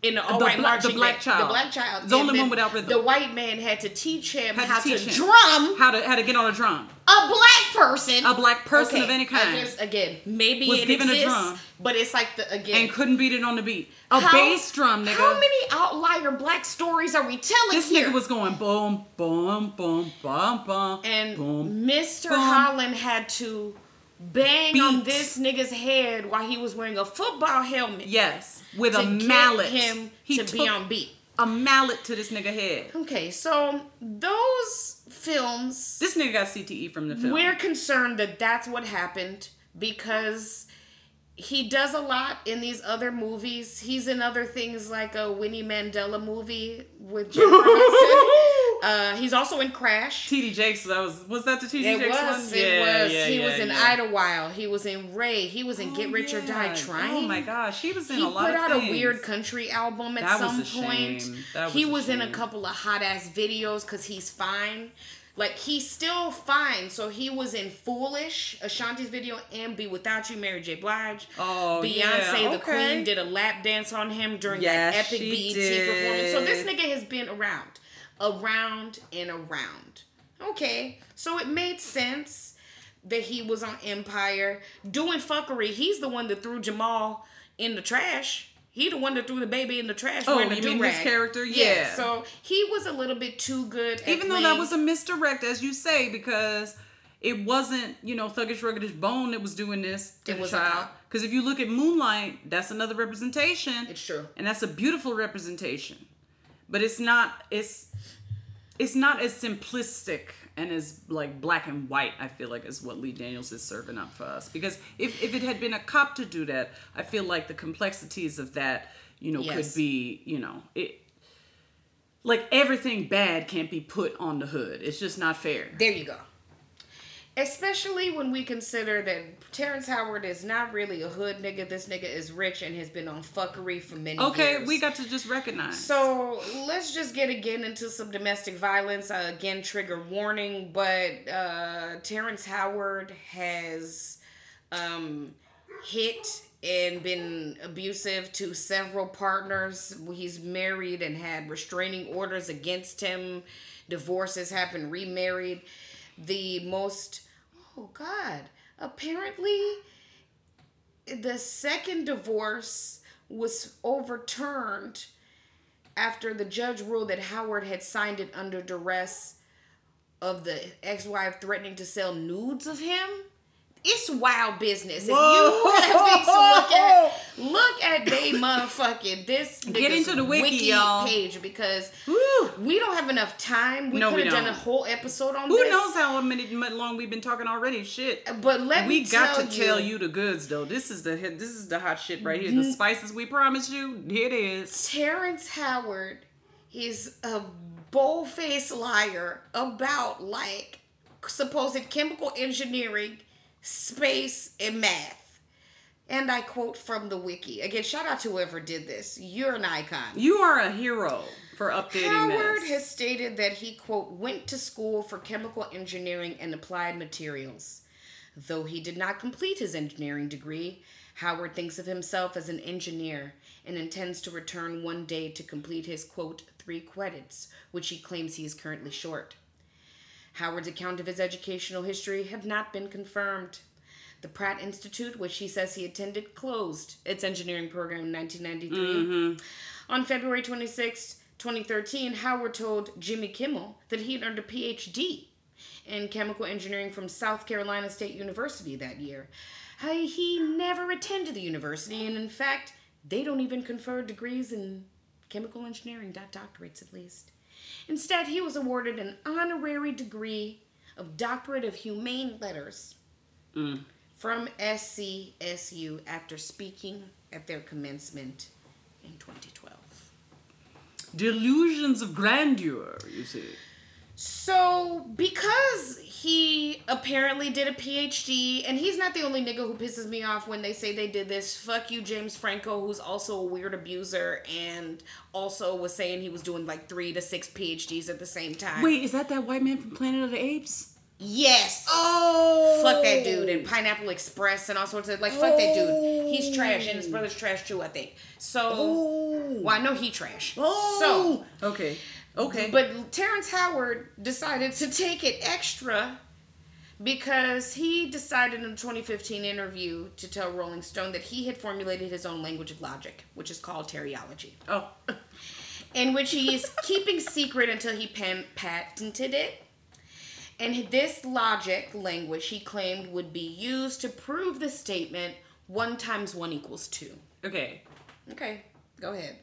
Speaker 2: in the all
Speaker 1: The
Speaker 2: white
Speaker 1: bla- the
Speaker 2: marching
Speaker 1: black
Speaker 2: band,
Speaker 1: child.
Speaker 2: the black child,
Speaker 1: It's the
Speaker 2: And
Speaker 1: only
Speaker 2: then
Speaker 1: one without rhythm.
Speaker 2: The white man had to teach him
Speaker 1: Had to
Speaker 2: how to,
Speaker 1: teach him.
Speaker 2: drum
Speaker 1: how to how to get on a drum.
Speaker 2: a black person,
Speaker 1: A black person
Speaker 2: Okay,
Speaker 1: of any
Speaker 2: I
Speaker 1: kind.
Speaker 2: guess, again, maybe
Speaker 1: Was
Speaker 2: it
Speaker 1: given a
Speaker 2: exists,
Speaker 1: drum.
Speaker 2: but it's like the again.
Speaker 1: And couldn't beat it on the beat. A
Speaker 2: how-
Speaker 1: bass drum, nigga.
Speaker 2: How many outlier black stories are we telling
Speaker 1: this
Speaker 2: here?
Speaker 1: nigga was going boom, boom, boom, boom, boom,
Speaker 2: and
Speaker 1: boom.
Speaker 2: Mr.
Speaker 1: boom.
Speaker 2: Holland had to bang on
Speaker 1: Beat.
Speaker 2: this nigga's head while he was wearing a football helmet.
Speaker 1: Yes, with
Speaker 2: to
Speaker 1: a mallet.
Speaker 2: get him
Speaker 1: he
Speaker 2: to
Speaker 1: took
Speaker 2: be on beat.
Speaker 1: a mallet to this nigga head.
Speaker 2: Okay, so those films
Speaker 1: This nigga got CTE from the film.
Speaker 2: We're concerned that that's what happened because he does a lot in these other movies. He's in other things like a Winnie Mandela movie with Jennifer Hudson. Uh, he's also in Crash.
Speaker 1: TD Jakes, that was was that the TD
Speaker 2: It
Speaker 1: Jakes
Speaker 2: was.
Speaker 1: one?
Speaker 2: It
Speaker 1: Yeah,
Speaker 2: was.
Speaker 1: yeah,
Speaker 2: he was
Speaker 1: yeah,
Speaker 2: in
Speaker 1: yeah.
Speaker 2: Idlewild. He was in Ray. He was in Get
Speaker 1: Oh,
Speaker 2: Rich or Die
Speaker 1: yeah.
Speaker 2: Trying.
Speaker 1: Oh my gosh, she was in
Speaker 2: He
Speaker 1: a
Speaker 2: put
Speaker 1: lot of
Speaker 2: out
Speaker 1: things.
Speaker 2: a weird country album at
Speaker 1: That was
Speaker 2: some
Speaker 1: a
Speaker 2: point.
Speaker 1: shame. That was
Speaker 2: he
Speaker 1: a
Speaker 2: was in a
Speaker 1: shame.
Speaker 2: couple of hot ass videos because he's fine. Like he's still fine. So he was in Foolish, Ashanti's video, and Be Without You, Mary J. Blige.
Speaker 1: Oh,
Speaker 2: Beyonce
Speaker 1: yeah,
Speaker 2: the
Speaker 1: okay.
Speaker 2: Queen did a lap dance on him during
Speaker 1: Yes,
Speaker 2: that epic
Speaker 1: she
Speaker 2: BET
Speaker 1: did.
Speaker 2: performance. So this nigga has been around, around and around. Okay, so it made sense that he was on Empire doing fuckery. He's the one that threw Jamal in the trash. He the one that threw the baby in the trash.
Speaker 1: Oh,
Speaker 2: wearing the
Speaker 1: you mean
Speaker 2: do-rag.
Speaker 1: his character? Yeah.
Speaker 2: So he was a little bit too good. At
Speaker 1: Even though that
Speaker 2: playing-
Speaker 1: was a misdirect, as you say, because it wasn't, you know, thuggish, ruggedish bone that was doing this to
Speaker 2: It
Speaker 1: the
Speaker 2: was a
Speaker 1: child.
Speaker 2: cop.
Speaker 1: Because if you look at Moonlight, that's another representation.
Speaker 2: It's true.
Speaker 1: And that's a beautiful representation. But it's not it's it's not as simplistic and as like black and white, I feel like, is what Lee Daniels is serving up for us. Because if, if it had been a cop to do that, I feel like the complexities of that, you know,
Speaker 2: Yes.
Speaker 1: could be, you know, it like everything bad can't be put on the hood. It's just not fair.
Speaker 2: There you go. Especially when we consider that Terrence Howard is not really a hood nigga. This nigga is rich and has been on fuckery for many years.
Speaker 1: Okay, we got to just recognize.
Speaker 2: So let's just get again into some domestic violence. Uh, again, trigger warning, but uh, Terrence Howard has um, hit and been abusive to several partners. He's married and had restraining orders against him. Divorces happened, remarried. The most, oh God, apparently the second divorce was overturned after the judge ruled that Howard had signed it under duress of the ex-wife threatening to sell nudes of him. It's wild business.
Speaker 1: Whoa.
Speaker 2: If you have things to look at, look at they motherfucking this
Speaker 1: Get
Speaker 2: nigga's
Speaker 1: into the wiki, y'all.
Speaker 2: page because
Speaker 1: Woo!
Speaker 2: we don't have enough time. We
Speaker 1: No, we
Speaker 2: could have done a
Speaker 1: don't.
Speaker 2: whole episode on
Speaker 1: Who
Speaker 2: this.
Speaker 1: knows how many much long we've been talking already? Shit.
Speaker 2: But let
Speaker 1: We
Speaker 2: me
Speaker 1: got
Speaker 2: tell
Speaker 1: to tell
Speaker 2: you
Speaker 1: you the goods though. This is the this is the hot shit right here.
Speaker 2: Mm-hmm.
Speaker 1: The spices we promised you. Here it is.
Speaker 2: Terrence Howard is a bold-faced liar about like supposed chemical engineering, space, and math. And I quote from the wiki. Again, shout out to whoever did this. You're an icon.
Speaker 1: You are a hero for updating
Speaker 2: Howard
Speaker 1: this.
Speaker 2: has stated that he, quote, went to school for chemical engineering and applied materials. Though he did not complete his engineering degree, Howard thinks of himself as an engineer and intends to return one day to complete his, quote, three credits, which he claims he is currently short. Howard's account of his educational history have not been confirmed. The Pratt Institute, which he says he attended, closed its engineering program in 1993.
Speaker 1: hmm
Speaker 2: On February 26, 2013, Howard told Jimmy Kimmel that he had earned a PhD in chemical engineering from South Carolina State University that year. Hey, He never attended the university, and in fact, they don't even confer degrees in chemical engineering, not doctorates at least. Instead, he was awarded an honorary degree of Doctorate of Humane Letters
Speaker 1: Mm.
Speaker 2: from SCSU after speaking at their commencement in 2012.
Speaker 1: Delusions of grandeur, you see.
Speaker 2: So, because he apparently did a PhD, and he's not the only nigga who pisses me off when they say they did this, fuck you, James Franco, who's also a weird abuser and also was saying he was doing like three to six PhDs at the same time.
Speaker 1: Wait, is that that white man from Planet of the Apes?
Speaker 2: Yes!
Speaker 1: Oh,
Speaker 2: Fuck that dude and Pineapple Express and all sorts of like fuck that dude. He's trash and his brother's trash too, I think. So
Speaker 1: Oh.
Speaker 2: well, I know he trash. So
Speaker 1: Oh. okay. Okay.
Speaker 2: But Terrence Howard decided to take it extra because he decided in a 2015 interview to tell Rolling Stone that he had formulated his own language of logic, which is called teriology,
Speaker 1: oh.
Speaker 2: in which he is keeping secret until he pan- patented it. And this logic language he claimed would be used to prove the statement one times one equals two.
Speaker 1: Okay.
Speaker 2: Okay, go ahead.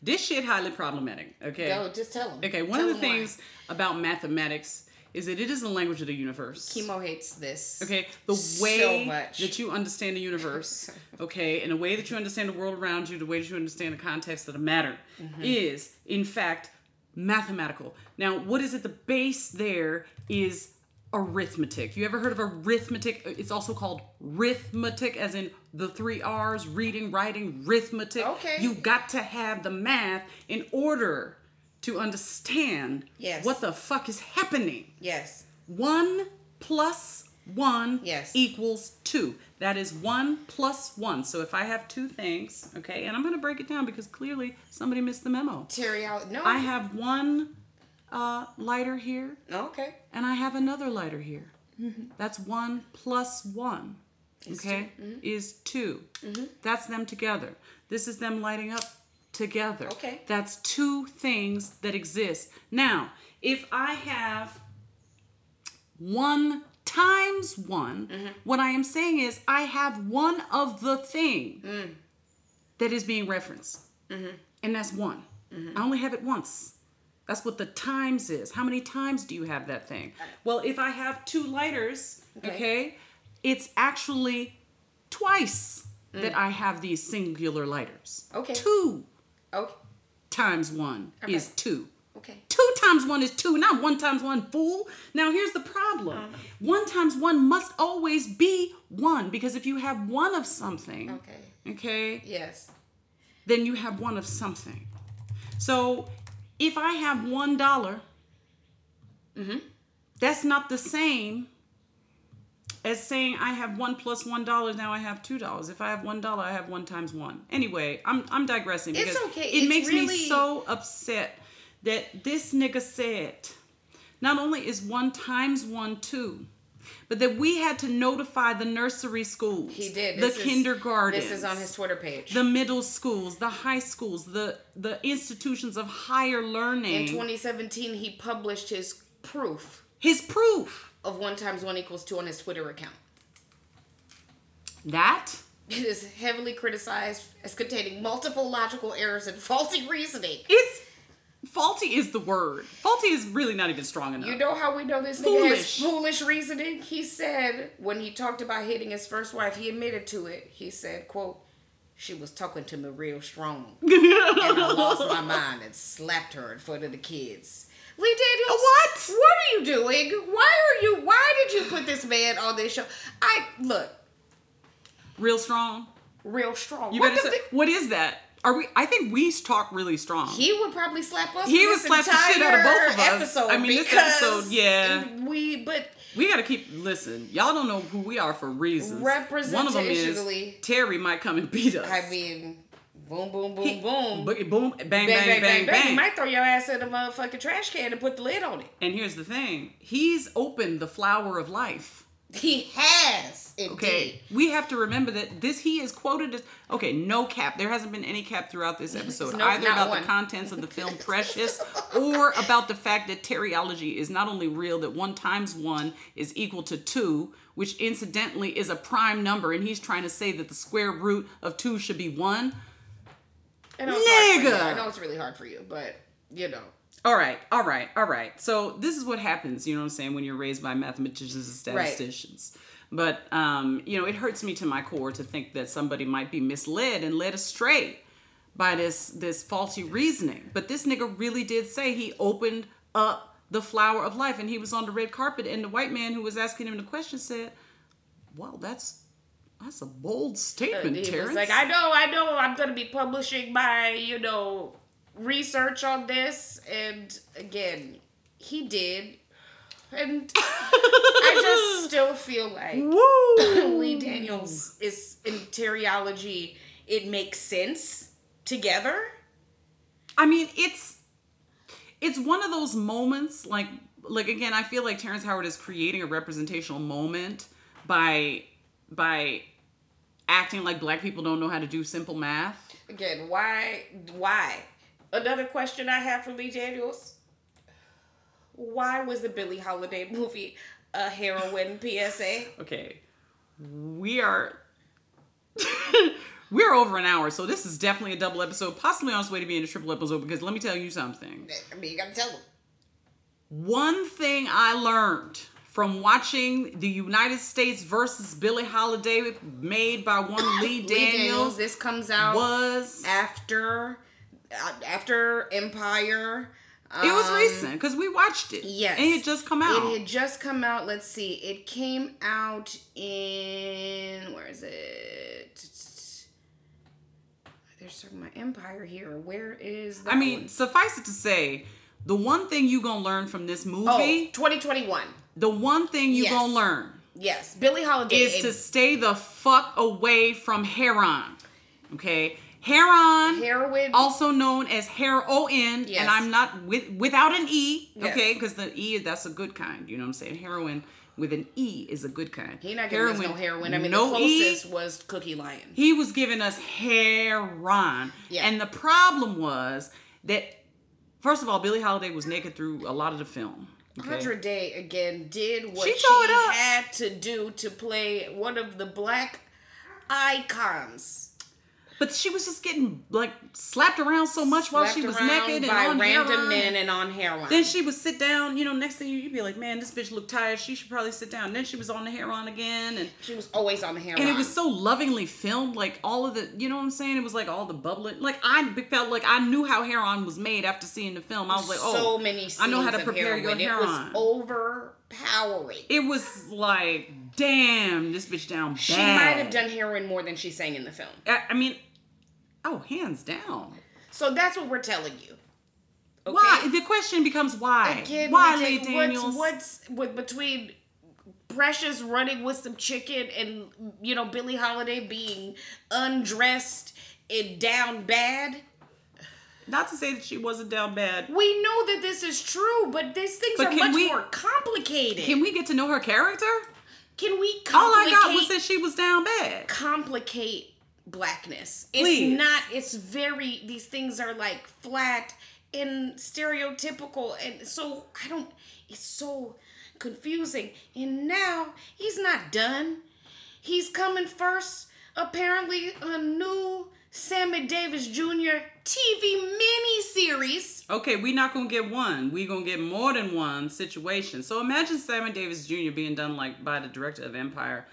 Speaker 1: This shit highly problematic. Okay.
Speaker 2: Go, just tell him.
Speaker 1: Okay, one
Speaker 2: Tell
Speaker 1: of the
Speaker 2: him why.
Speaker 1: things about mathematics is that it is the language of the universe.
Speaker 2: Chemo hates this.
Speaker 1: Okay, the
Speaker 2: So
Speaker 1: way
Speaker 2: much.
Speaker 1: that you understand the universe, okay, and the way that you understand the world around you, the way that you understand the context of the matter
Speaker 2: Mm-hmm.
Speaker 1: is, in fact, mathematical. Now, what is it? The base there is arithmetic. You ever heard of arithmetic? It's also called rhythmetic, as in the three R's reading, writing, arithmetic.
Speaker 2: Okay.
Speaker 1: You got to have the math in order to understand
Speaker 2: Yes.
Speaker 1: what the fuck is happening.
Speaker 2: Yes.
Speaker 1: One plus one
Speaker 2: Yes.
Speaker 1: equals two. That is one plus one. So if I have two things, okay, and I'm going to break it down because clearly somebody missed the memo.
Speaker 2: Terry out. No.
Speaker 1: I have one uh, lighter here
Speaker 2: Okay.
Speaker 1: and I have another lighter here. That's one plus one, okay, is 2 That's them together. This is them lighting up together.
Speaker 2: Okay.
Speaker 1: That's two things that exist. Now, if I have one times one, what I am saying is I have one of the thing that is being referenced,
Speaker 2: Mm-hmm.
Speaker 1: and that's one. I only have it once. That's what the times is. How many times do you have that thing? Well, if I have two lighters, okay,
Speaker 2: Okay.
Speaker 1: it's actually twice that I have these singular lighters.
Speaker 2: Mm. Okay.
Speaker 1: Two
Speaker 2: Okay.
Speaker 1: times one is
Speaker 2: Okay.
Speaker 1: two.
Speaker 2: Okay.
Speaker 1: Two times one is two, not one times one, fool. Now, here's the problem
Speaker 2: Uh-huh.
Speaker 1: one times one must always be one because if you have one of something,
Speaker 2: Okay.
Speaker 1: okay,
Speaker 2: Yes.
Speaker 1: then you have one of something. So if I have one mm-hmm, that's not the same as saying I have one plus one dollar. Now I have two dollars. If I have one dollar, I have one times one. Anyway, I'm I'm digressing
Speaker 2: It's
Speaker 1: because
Speaker 2: okay.
Speaker 1: it
Speaker 2: It's
Speaker 1: makes me
Speaker 2: really-
Speaker 1: so upset that this nigga said not only is one times one two. But that we had to notify the nursery schools,
Speaker 2: He did.
Speaker 1: the
Speaker 2: This is-
Speaker 1: kindergarten,
Speaker 2: This is on his Twitter page.
Speaker 1: the middle schools, the high schools, the the institutions of higher
Speaker 2: in
Speaker 1: learning.
Speaker 2: 2017, he published his proof
Speaker 1: his proof
Speaker 2: of one times one equals two on his Twitter account.
Speaker 1: that
Speaker 2: It is heavily criticized as containing multiple logical errors and faulty reasoning.
Speaker 1: it's faulty is the word. Faulty is really not even strong enough.
Speaker 2: You know how we know this nigga
Speaker 1: Foolish.
Speaker 2: has foolish reasoning? He said when he talked about hitting his first wife, he admitted to it. He said, quote, she was talking to me real strong. and I lost my mind and slapped her in front of the kids. Lee Daniels,
Speaker 1: What?
Speaker 2: What are you doing? Why are you? Why did you put this man on this show? I look
Speaker 1: Real strong.
Speaker 2: real strong.
Speaker 1: You
Speaker 2: what
Speaker 1: better
Speaker 2: the
Speaker 1: say,
Speaker 2: thi-
Speaker 1: what is that? Are we? I think we talk really strong.
Speaker 2: he would probably slap us.
Speaker 1: He
Speaker 2: for
Speaker 1: would
Speaker 2: this
Speaker 1: slap the shit out of both of
Speaker 2: entire
Speaker 1: us.
Speaker 2: Episode
Speaker 1: I mean, this
Speaker 2: because
Speaker 1: episode, yeah.
Speaker 2: We but
Speaker 1: we got to keep listen. Y'all don't know who we are for reasons. One of them is
Speaker 2: Representationally-
Speaker 1: Terry might come and beat us.
Speaker 2: I mean, boom, boom, boom, boom.
Speaker 1: Boogie boom, bang, bang,
Speaker 2: bang, bang, bang, bang,
Speaker 1: bang.
Speaker 2: You might throw your ass in the motherfucking trash can and put the lid on it.
Speaker 1: And here's the thing: he's opened the flower of life.
Speaker 2: He has. Indeed.
Speaker 1: Okay, we have to remember that this he is quoted as okay, no cap. There hasn't been any cap throughout this episode,
Speaker 2: Nope,
Speaker 1: either
Speaker 2: not
Speaker 1: about
Speaker 2: one.
Speaker 1: the contents of the film Precious or about the fact that teriology is not only real that one times one is equal to two, which incidentally is a prime number, and he's trying to say that the square root of two should be one.
Speaker 2: I know it's hard for you.
Speaker 1: Nigga.
Speaker 2: I know it's really hard for you, but you know.
Speaker 1: All right, all right, all right. So this is what happens, you know what I'm saying, when you're raised by mathematicians and
Speaker 2: Right.
Speaker 1: statisticians. But um, you know, it hurts me to my core to think that somebody might be misled and led astray by this this faulty reasoning. But this nigga really did say he opened up the flower of life and he was on the red carpet and the white man who was asking him the question said, Wow, that's that's a bold statement,
Speaker 2: Uh, he
Speaker 1: Terrence.
Speaker 2: was like, I know, I know, I'm gonna be publishing my, you know, research on this, and again, he did, and I just still feel like
Speaker 1: Woo!
Speaker 2: Lee Daniels is interiology. It makes sense together.
Speaker 1: I mean, it's it's one of those moments like like again, I feel like Terrence Howard is creating a representational moment by by acting like black people don't know how to do simple math.
Speaker 2: Again, why? Why? Another question I have for Lee Daniels: Why was the Billie Holiday movie a heroin PSA?
Speaker 1: Okay. We are we're over an hour, so this is definitely a double episode, possibly on its way to being a triple episode because let me tell you something.
Speaker 2: I mean, you gotta tell him.
Speaker 1: One thing I learned from watching the United States versus Billie Holiday made by one Lee
Speaker 2: Lee Daniels.
Speaker 1: Daniels
Speaker 2: This comes out
Speaker 1: was
Speaker 2: after uh, after Empire. Um,
Speaker 1: it was recent because we watched it.
Speaker 2: yes.
Speaker 1: and it just come out.
Speaker 2: It had just come out. Let's see. It came out in where is it? They're talking my Empire here. Where is that
Speaker 1: I mean,
Speaker 2: one?
Speaker 1: suffice it to say, the one thing you gonna learn from this movie,
Speaker 2: oh, 2021.
Speaker 1: the one thing you
Speaker 2: Yes.
Speaker 1: gonna learn
Speaker 2: Yes, Billie Holiday.
Speaker 1: is to stay the fuck away from Heron. Okay, Heron.
Speaker 2: heroin.
Speaker 1: also known as hair O N,
Speaker 2: Yes.
Speaker 1: and I'm not with without an E,
Speaker 2: Yes.
Speaker 1: okay? Because the E that's a good kind. You know what I'm saying? Heroin with an E is a good kind.
Speaker 2: he not giving us no heroin. I mean, the
Speaker 1: E.
Speaker 2: closest was Cookie Lion.
Speaker 1: He was giving us heron.
Speaker 2: Yeah.
Speaker 1: And the problem was that, first of all, Billie Holiday was naked through a lot of the film. okay?
Speaker 2: Andra Day again did what
Speaker 1: She
Speaker 2: she,
Speaker 1: tore it up.
Speaker 2: had to do to play one of the black icons.
Speaker 1: But she was just getting like slapped around so much while she
Speaker 2: Slapped
Speaker 1: was
Speaker 2: around
Speaker 1: naked and
Speaker 2: by
Speaker 1: on
Speaker 2: random
Speaker 1: heroin.
Speaker 2: men and on heroin.
Speaker 1: Then she would sit down, you know, next thing you, you'd be like, man, this bitch looked tired. She should probably sit down. then she was on the heroin again. And
Speaker 2: she was always on the heroin.
Speaker 1: and it was so lovingly filmed like all of the you know what i'm saying it was like all the bubbling like i felt like i knew how heron was made after seeing the film i was like oh
Speaker 2: so many. Scenes
Speaker 1: i know how to
Speaker 2: of
Speaker 1: prepare
Speaker 2: heroin.
Speaker 1: your
Speaker 2: It
Speaker 1: heroin
Speaker 2: was overpowering.
Speaker 1: it was like damn this bitch down bad
Speaker 2: she might have done heroin more than she sang in the film.
Speaker 1: I, I mean oh hands down
Speaker 2: So that's what we're telling you. Okay?
Speaker 1: why the question becomes why
Speaker 2: Again,
Speaker 1: why
Speaker 2: we
Speaker 1: Lee
Speaker 2: take-
Speaker 1: daniels
Speaker 2: What's, what's with between Precious running with some chicken and you know Billie Holiday being undressed and down bad?
Speaker 1: not to say that she wasn't down bad
Speaker 2: We know that this is true, but these things
Speaker 1: But
Speaker 2: are
Speaker 1: can
Speaker 2: much
Speaker 1: we-
Speaker 2: more complicated.
Speaker 1: can we get to know her character
Speaker 2: Can Oh, we complicate
Speaker 1: all i got was that she was down bad
Speaker 2: complicate blackness? It's
Speaker 1: Please.
Speaker 2: not. It's very. These things are like flat and stereotypical, and so I don't. It's so confusing. And now he's not done. He's coming first. Apparently, a new Sammy Davis Jr. TV miniseries.
Speaker 1: Okay, we not gonna get one. We gonna get more than one situation. So imagine Simon Davis Jr. being done like by the director of Empire.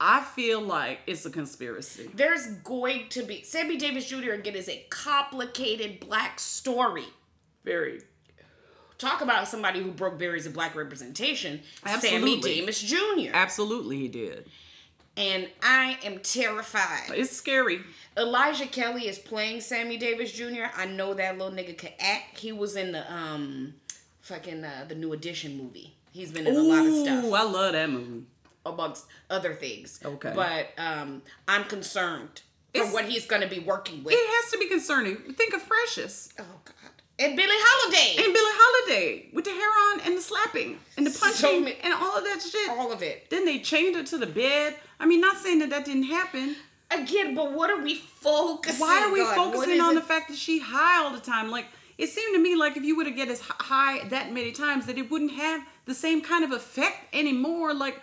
Speaker 1: I feel like it's a conspiracy.
Speaker 2: There's going to be Sammy Davis Jr. again is a complicated black story.
Speaker 1: Very.
Speaker 2: Talk about somebody who broke barriers of black representation, Sammy
Speaker 1: Absolutely.
Speaker 2: Davis Jr.
Speaker 1: Absolutely, he did.
Speaker 2: and I am terrified.
Speaker 1: It's scary.
Speaker 2: Elijah Kelly is playing Sammy Davis Jr. I know that little nigga could act. He was in the um fucking uh, the New Edition movie. He's been in a lot of stuff.
Speaker 1: Ooh, I love that movie.
Speaker 2: amongst other things.
Speaker 1: Okay.
Speaker 2: But um, I'm concerned for
Speaker 1: It's-
Speaker 2: what he's going to be working with.
Speaker 1: It has to be concerning. Think of Precious.
Speaker 2: oh God. And Billie Holiday.
Speaker 1: And Billie Holiday with the hair on and the slapping and the punching
Speaker 2: So ma-
Speaker 1: and all of that shit.
Speaker 2: all of it.
Speaker 1: Then they chained her to the bed. I mean, not saying that that didn't happen.
Speaker 2: Again, but what are we focusing
Speaker 1: Why are we
Speaker 2: on? What
Speaker 1: focusing
Speaker 2: is
Speaker 1: on
Speaker 2: it-
Speaker 1: the fact that she high all the time? Like it seemed to me like if you were to get as hi- high that many times, that it wouldn't have the same kind of effect anymore. Like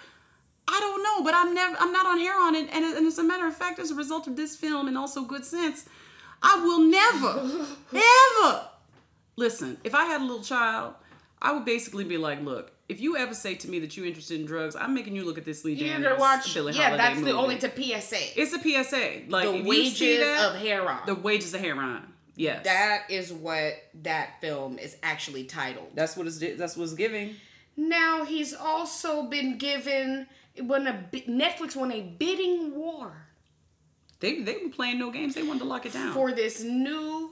Speaker 1: I don't know, but I'm never I'm not on hair on it. And, and as a matter of fact, as a result of this film and also good sense, I will never ever listen. If I had a little child, I would basically be like, look. If you ever say to me that you're interested in drugs, I'm making you look at this Lee
Speaker 2: You
Speaker 1: Daniels
Speaker 2: to watch?
Speaker 1: Billie
Speaker 2: yeah,
Speaker 1: Holiday
Speaker 2: that's
Speaker 1: movie.
Speaker 2: the only to PSA.
Speaker 1: It's a PSA. Like
Speaker 2: the
Speaker 1: if you
Speaker 2: wages
Speaker 1: see that,
Speaker 2: of Heron.
Speaker 1: the wages of Heron. Yes.
Speaker 2: that is what that film is actually titled.
Speaker 1: that's what it's that's what's giving.
Speaker 2: Now he's also been given when a bi- Netflix won a bidding war
Speaker 1: They they were playing no games. They wanted to lock it down.
Speaker 2: for this new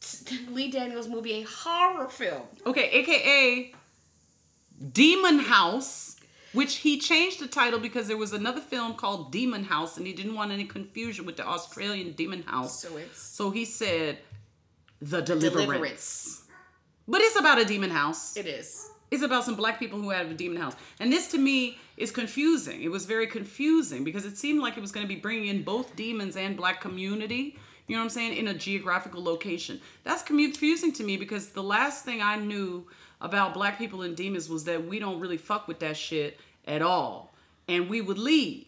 Speaker 2: t- Lee Daniels movie, a horror film.
Speaker 1: okay, aka Demon House, which he changed the title because there was another film called Demon House and he didn't want any confusion with the Australian Demon House.
Speaker 2: So it's
Speaker 1: So he said The Deliverance.
Speaker 2: Deliverance.
Speaker 1: But it's about a demon house.
Speaker 2: It is.
Speaker 1: It's about some black people who have a demon house. And this to me is confusing. It was very confusing because it seemed like it was going to be bringing in both demons and black community, you know what I'm saying, in a geographical location. That's commu- confusing to me because the last thing I knew about black people and demons was that we don't really fuck with that shit at all. And we would leave.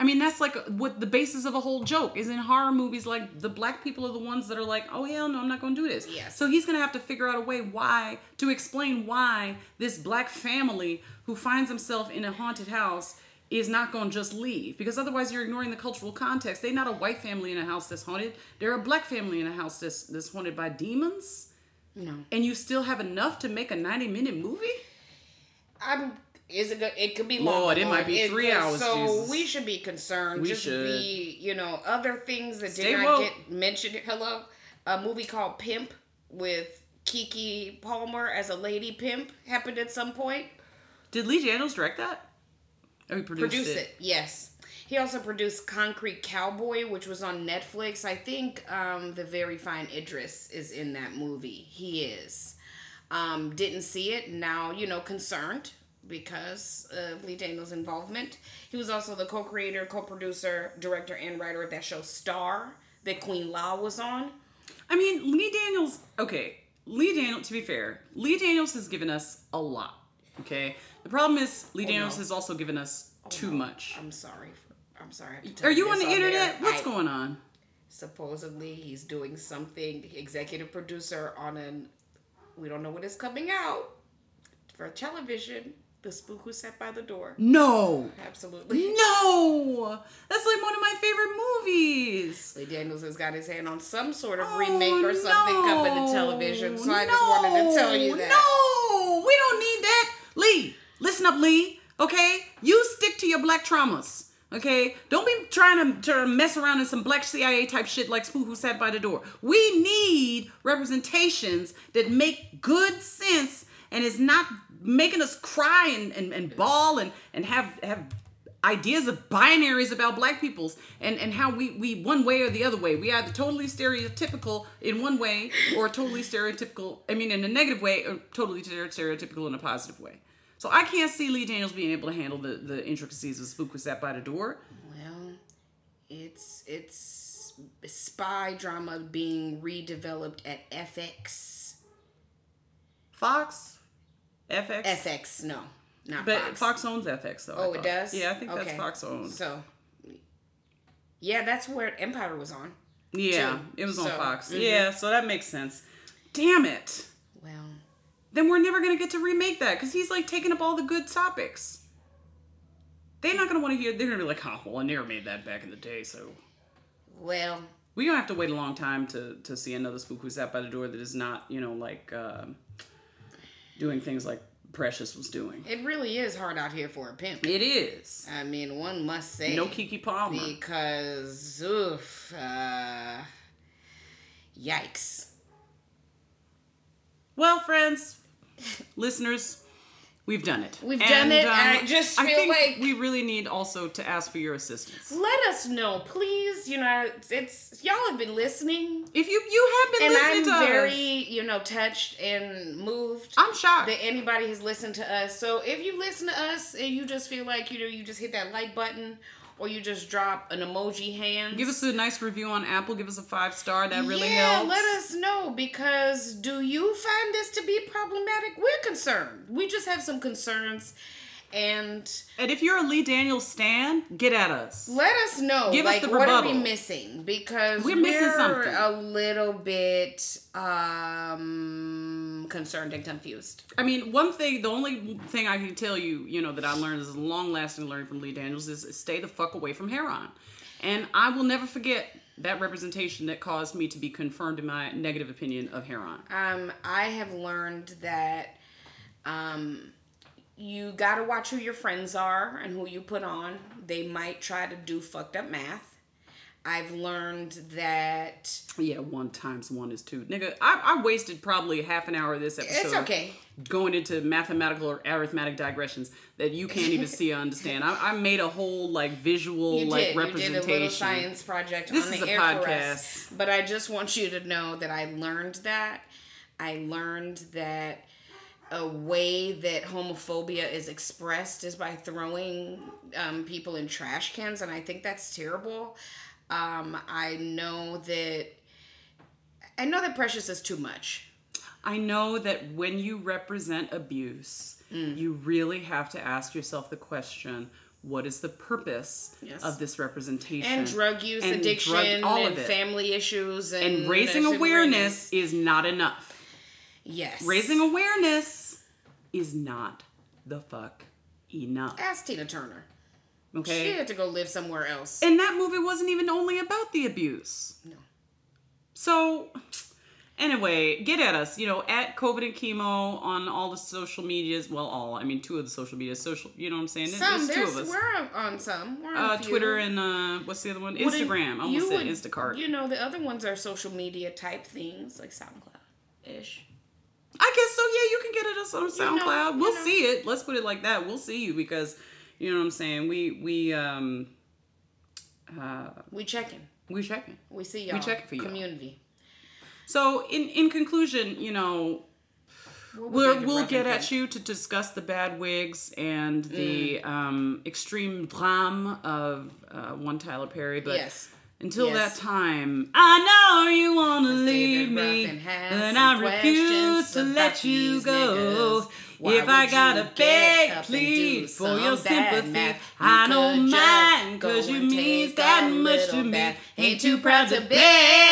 Speaker 1: I mean, that's like what the basis of a whole joke is in horror movies. Like the black people are the ones that are like, "Oh hell no, I'm not going to do this."
Speaker 2: Yes.
Speaker 1: So he's going to have to figure out a way why to explain why this black family who finds himself in a haunted house is not going to just leave because otherwise you're ignoring the cultural context. They're not a white family in a house that's haunted. They're a black family in a house that's that's haunted by demons.
Speaker 2: No.
Speaker 1: And you still have enough to make a 90 minute movie?
Speaker 2: I'm. Is it? Good? It could be
Speaker 1: Lord,
Speaker 2: long.
Speaker 1: it might be three hours,
Speaker 2: So
Speaker 1: Jesus.
Speaker 2: we should be concerned.
Speaker 1: We
Speaker 2: Just
Speaker 1: should.
Speaker 2: be, you know, other things that
Speaker 1: Stay
Speaker 2: did
Speaker 1: woke.
Speaker 2: not get mentioned. Hello, a movie called Pimp with Kiki Palmer as a lady pimp happened at some point.
Speaker 1: Did Lee Daniels direct that? Or he produced,
Speaker 2: Produce it.
Speaker 1: it?
Speaker 2: Yes. He also produced Concrete Cowboy, which was on Netflix. I think um, the very fine Idris is in that movie. He is. Um, didn't see it. Now you know concerned because of Lee Daniels' involvement. He was also the co-creator, co-producer, director, and writer of that show Star that Queen La was on.
Speaker 1: I mean, Lee Daniels. Okay, Lee Daniels. To be fair, Lee Daniels has given us a lot. Okay, the problem is
Speaker 2: Oh,
Speaker 1: Lee Daniels has also given us too much.
Speaker 2: I'm sorry. For, I'm sorry. Oh, I have to tell
Speaker 1: Are you
Speaker 2: this
Speaker 1: on the
Speaker 2: air.
Speaker 1: internet? What's
Speaker 2: I-
Speaker 1: going on?
Speaker 2: supposedly he's doing something executive producer on an we don't know when it's coming out for television the spook who sat by the door
Speaker 1: No, Mm-hmm.
Speaker 2: absolutely
Speaker 1: no, that's like one of my favorite movies.
Speaker 2: Lee Daniels has got his hand on some sort of
Speaker 1: Oh,
Speaker 2: remake or something coming to
Speaker 1: no,
Speaker 2: television, so I just wanted to tell you
Speaker 1: no,
Speaker 2: that.
Speaker 1: No, we don't need that, Lee. Listen up, Lee. Okay, you stick to your black traumas. Okay, don't be trying to, to mess around in some black CIA type shit like Spook Who Sat by the Door. We need representations that make good sense and is not making us cry and, and, and bawl and, and have have ideas of binaries about black peoples and and how we we one way or the other way we either totally stereotypical in one way or totally stereotypical i mean in a negative way or totally stere- stereotypical in a positive way so i can't see lee daniels being able to handle the the intricacies of spook was sat by the door
Speaker 2: Well, it's it's spy drama being redeveloped at FX.
Speaker 1: fox fx
Speaker 2: FX, no, not
Speaker 1: but
Speaker 2: Fox.
Speaker 1: fox. owns fx though I
Speaker 2: Oh, it
Speaker 1: thought.
Speaker 2: does.
Speaker 1: yeah i think that's
Speaker 2: Okay.
Speaker 1: fox owned
Speaker 2: So, yeah, that's where Empire was on.
Speaker 1: yeah
Speaker 2: too.
Speaker 1: it was on
Speaker 2: So,
Speaker 1: fox
Speaker 2: mhm.
Speaker 1: yeah so that makes sense damn it
Speaker 2: Well,
Speaker 1: then we're never gonna get to remake that because he's like taking up all the good topics. They're not gonna want to hear. They're gonna be like, "Oh, well, I never made that back in the day." So
Speaker 2: well,
Speaker 1: we're gonna have to wait a long time to to see another spook who's out by the door that is not, you know, like um, doing things like Precious was doing.
Speaker 2: it really is hard out here for a pimp.
Speaker 1: It is
Speaker 2: I mean, one must say
Speaker 1: no Kiki Palmer.
Speaker 2: because oof, uh, yikes.
Speaker 1: Well, friends, listeners, We've done it. um,
Speaker 2: We've done it, and I just
Speaker 1: I
Speaker 2: feel
Speaker 1: think
Speaker 2: like-
Speaker 1: we really need also to ask for your assistance.
Speaker 2: Let us know, please. You know, it's y'all have been listening,
Speaker 1: If you you have been
Speaker 2: and I'm
Speaker 1: listening to
Speaker 2: very,
Speaker 1: us,
Speaker 2: you know, touched and moved.
Speaker 1: I'm shocked.
Speaker 2: that anybody has listened to us. So if you listen to us and you just feel like you know you just hit that like button or you just drop an emoji hand,
Speaker 1: Give us a nice review on Apple. Give us a five star. That really
Speaker 2: yeah,
Speaker 1: helps.
Speaker 2: let us know because do you find this to be problematic? We're concerned. We just have some concerns, and
Speaker 1: And if you're a Lee Daniels stan, get at us.
Speaker 2: let us know.
Speaker 1: Give us
Speaker 2: like,
Speaker 1: the
Speaker 2: what are we
Speaker 1: rebuttal.
Speaker 2: missing? Because
Speaker 1: We're missing something.
Speaker 2: a little bit um concerned and confused.
Speaker 1: I mean, one thing, the only thing I can tell you, you know, that I learned is long lasting learning from Lee Daniels is stay the fuck away from Heron. And I will never forget that representation that caused me to be confirmed in my negative opinion of Heron.
Speaker 2: Um, I have learned that um, you gotta watch who your friends are and who you put on. They might try to do fucked up math. I've learned that
Speaker 1: Yeah, one times one is two. Nigga, I, I wasted probably half an hour of this episode.
Speaker 2: it's okay.
Speaker 1: Going into mathematical or arithmetic digressions that you can't even see or understand. I, I made a whole like visual
Speaker 2: You
Speaker 1: like
Speaker 2: did. You
Speaker 1: representation.
Speaker 2: did a little science project
Speaker 1: This
Speaker 2: on the
Speaker 1: is a
Speaker 2: air for us.
Speaker 1: podcast.
Speaker 2: But I just want you to know that I learned that. I learned that a way that homophobia is expressed is by throwing um, people in trash cans, and I think that's terrible. Um, I know that. I know that Precious is too much.
Speaker 1: I know that when you represent abuse,
Speaker 2: Mm.
Speaker 1: you really have to ask yourself the question what is the purpose
Speaker 2: Yes.
Speaker 1: of this representation?
Speaker 2: And drug use,
Speaker 1: And drug-
Speaker 2: addiction,
Speaker 1: all
Speaker 2: and
Speaker 1: of it.
Speaker 2: family issues, and,
Speaker 1: And raising
Speaker 2: there's
Speaker 1: awareness is not enough.
Speaker 2: Yes.
Speaker 1: Raising awareness is not the fuck enough.
Speaker 2: Ask Tina Turner.
Speaker 1: Okay?
Speaker 2: She had to go live somewhere else.
Speaker 1: And that movie wasn't even only about the abuse.
Speaker 2: No.
Speaker 1: So, anyway, get at us. You know, at COVID and chemo on all the social medias. Well, all I mean, two of the social medias. Social, you know what I'm saying?
Speaker 2: Some
Speaker 1: there's two
Speaker 2: there's,
Speaker 1: of us.
Speaker 2: we're on some. We're on
Speaker 1: uh,
Speaker 2: a few.
Speaker 1: Twitter and uh, what's the other one?
Speaker 2: Wouldn't-
Speaker 1: Instagram. I almost
Speaker 2: you
Speaker 1: said
Speaker 2: would-
Speaker 1: Instacart.
Speaker 2: You know, the other ones are social media type things like SoundCloud ish.
Speaker 1: I guess so. Yeah, you can get at us on
Speaker 2: know,
Speaker 1: SoundCloud.
Speaker 2: you
Speaker 1: we'll
Speaker 2: know.
Speaker 1: see it. Let's put it like that. We'll see you because you know what I'm saying. We we um uh
Speaker 2: We checking.
Speaker 1: we checking.
Speaker 2: We see y'all.
Speaker 1: checking for y'all.
Speaker 2: Community.
Speaker 1: So in in conclusion, you know, We're, we'll get at you to discuss the bad wigs
Speaker 2: Mm.
Speaker 1: and the um, extreme drama of uh, one Tyler Perry. But
Speaker 2: Yes.
Speaker 1: until
Speaker 2: Yes.
Speaker 1: that time, I know you want to leave
Speaker 2: David Ruffin
Speaker 1: me,
Speaker 2: has
Speaker 1: and
Speaker 2: some
Speaker 1: I refuse
Speaker 2: questions
Speaker 1: to
Speaker 2: about
Speaker 1: let you
Speaker 2: these
Speaker 1: go.
Speaker 2: niggas. Why
Speaker 1: if I
Speaker 2: would you
Speaker 1: gotta
Speaker 2: get up
Speaker 1: beg,
Speaker 2: and do
Speaker 1: plead for
Speaker 2: some
Speaker 1: your
Speaker 2: bad
Speaker 1: sympathy,
Speaker 2: math?
Speaker 1: I
Speaker 2: You
Speaker 1: don't
Speaker 2: could just
Speaker 1: mind,
Speaker 2: go
Speaker 1: cause you
Speaker 2: and
Speaker 1: means
Speaker 2: take
Speaker 1: that
Speaker 2: a
Speaker 1: much to
Speaker 2: little
Speaker 1: me.
Speaker 2: bath.
Speaker 1: Ain't too proud to beg.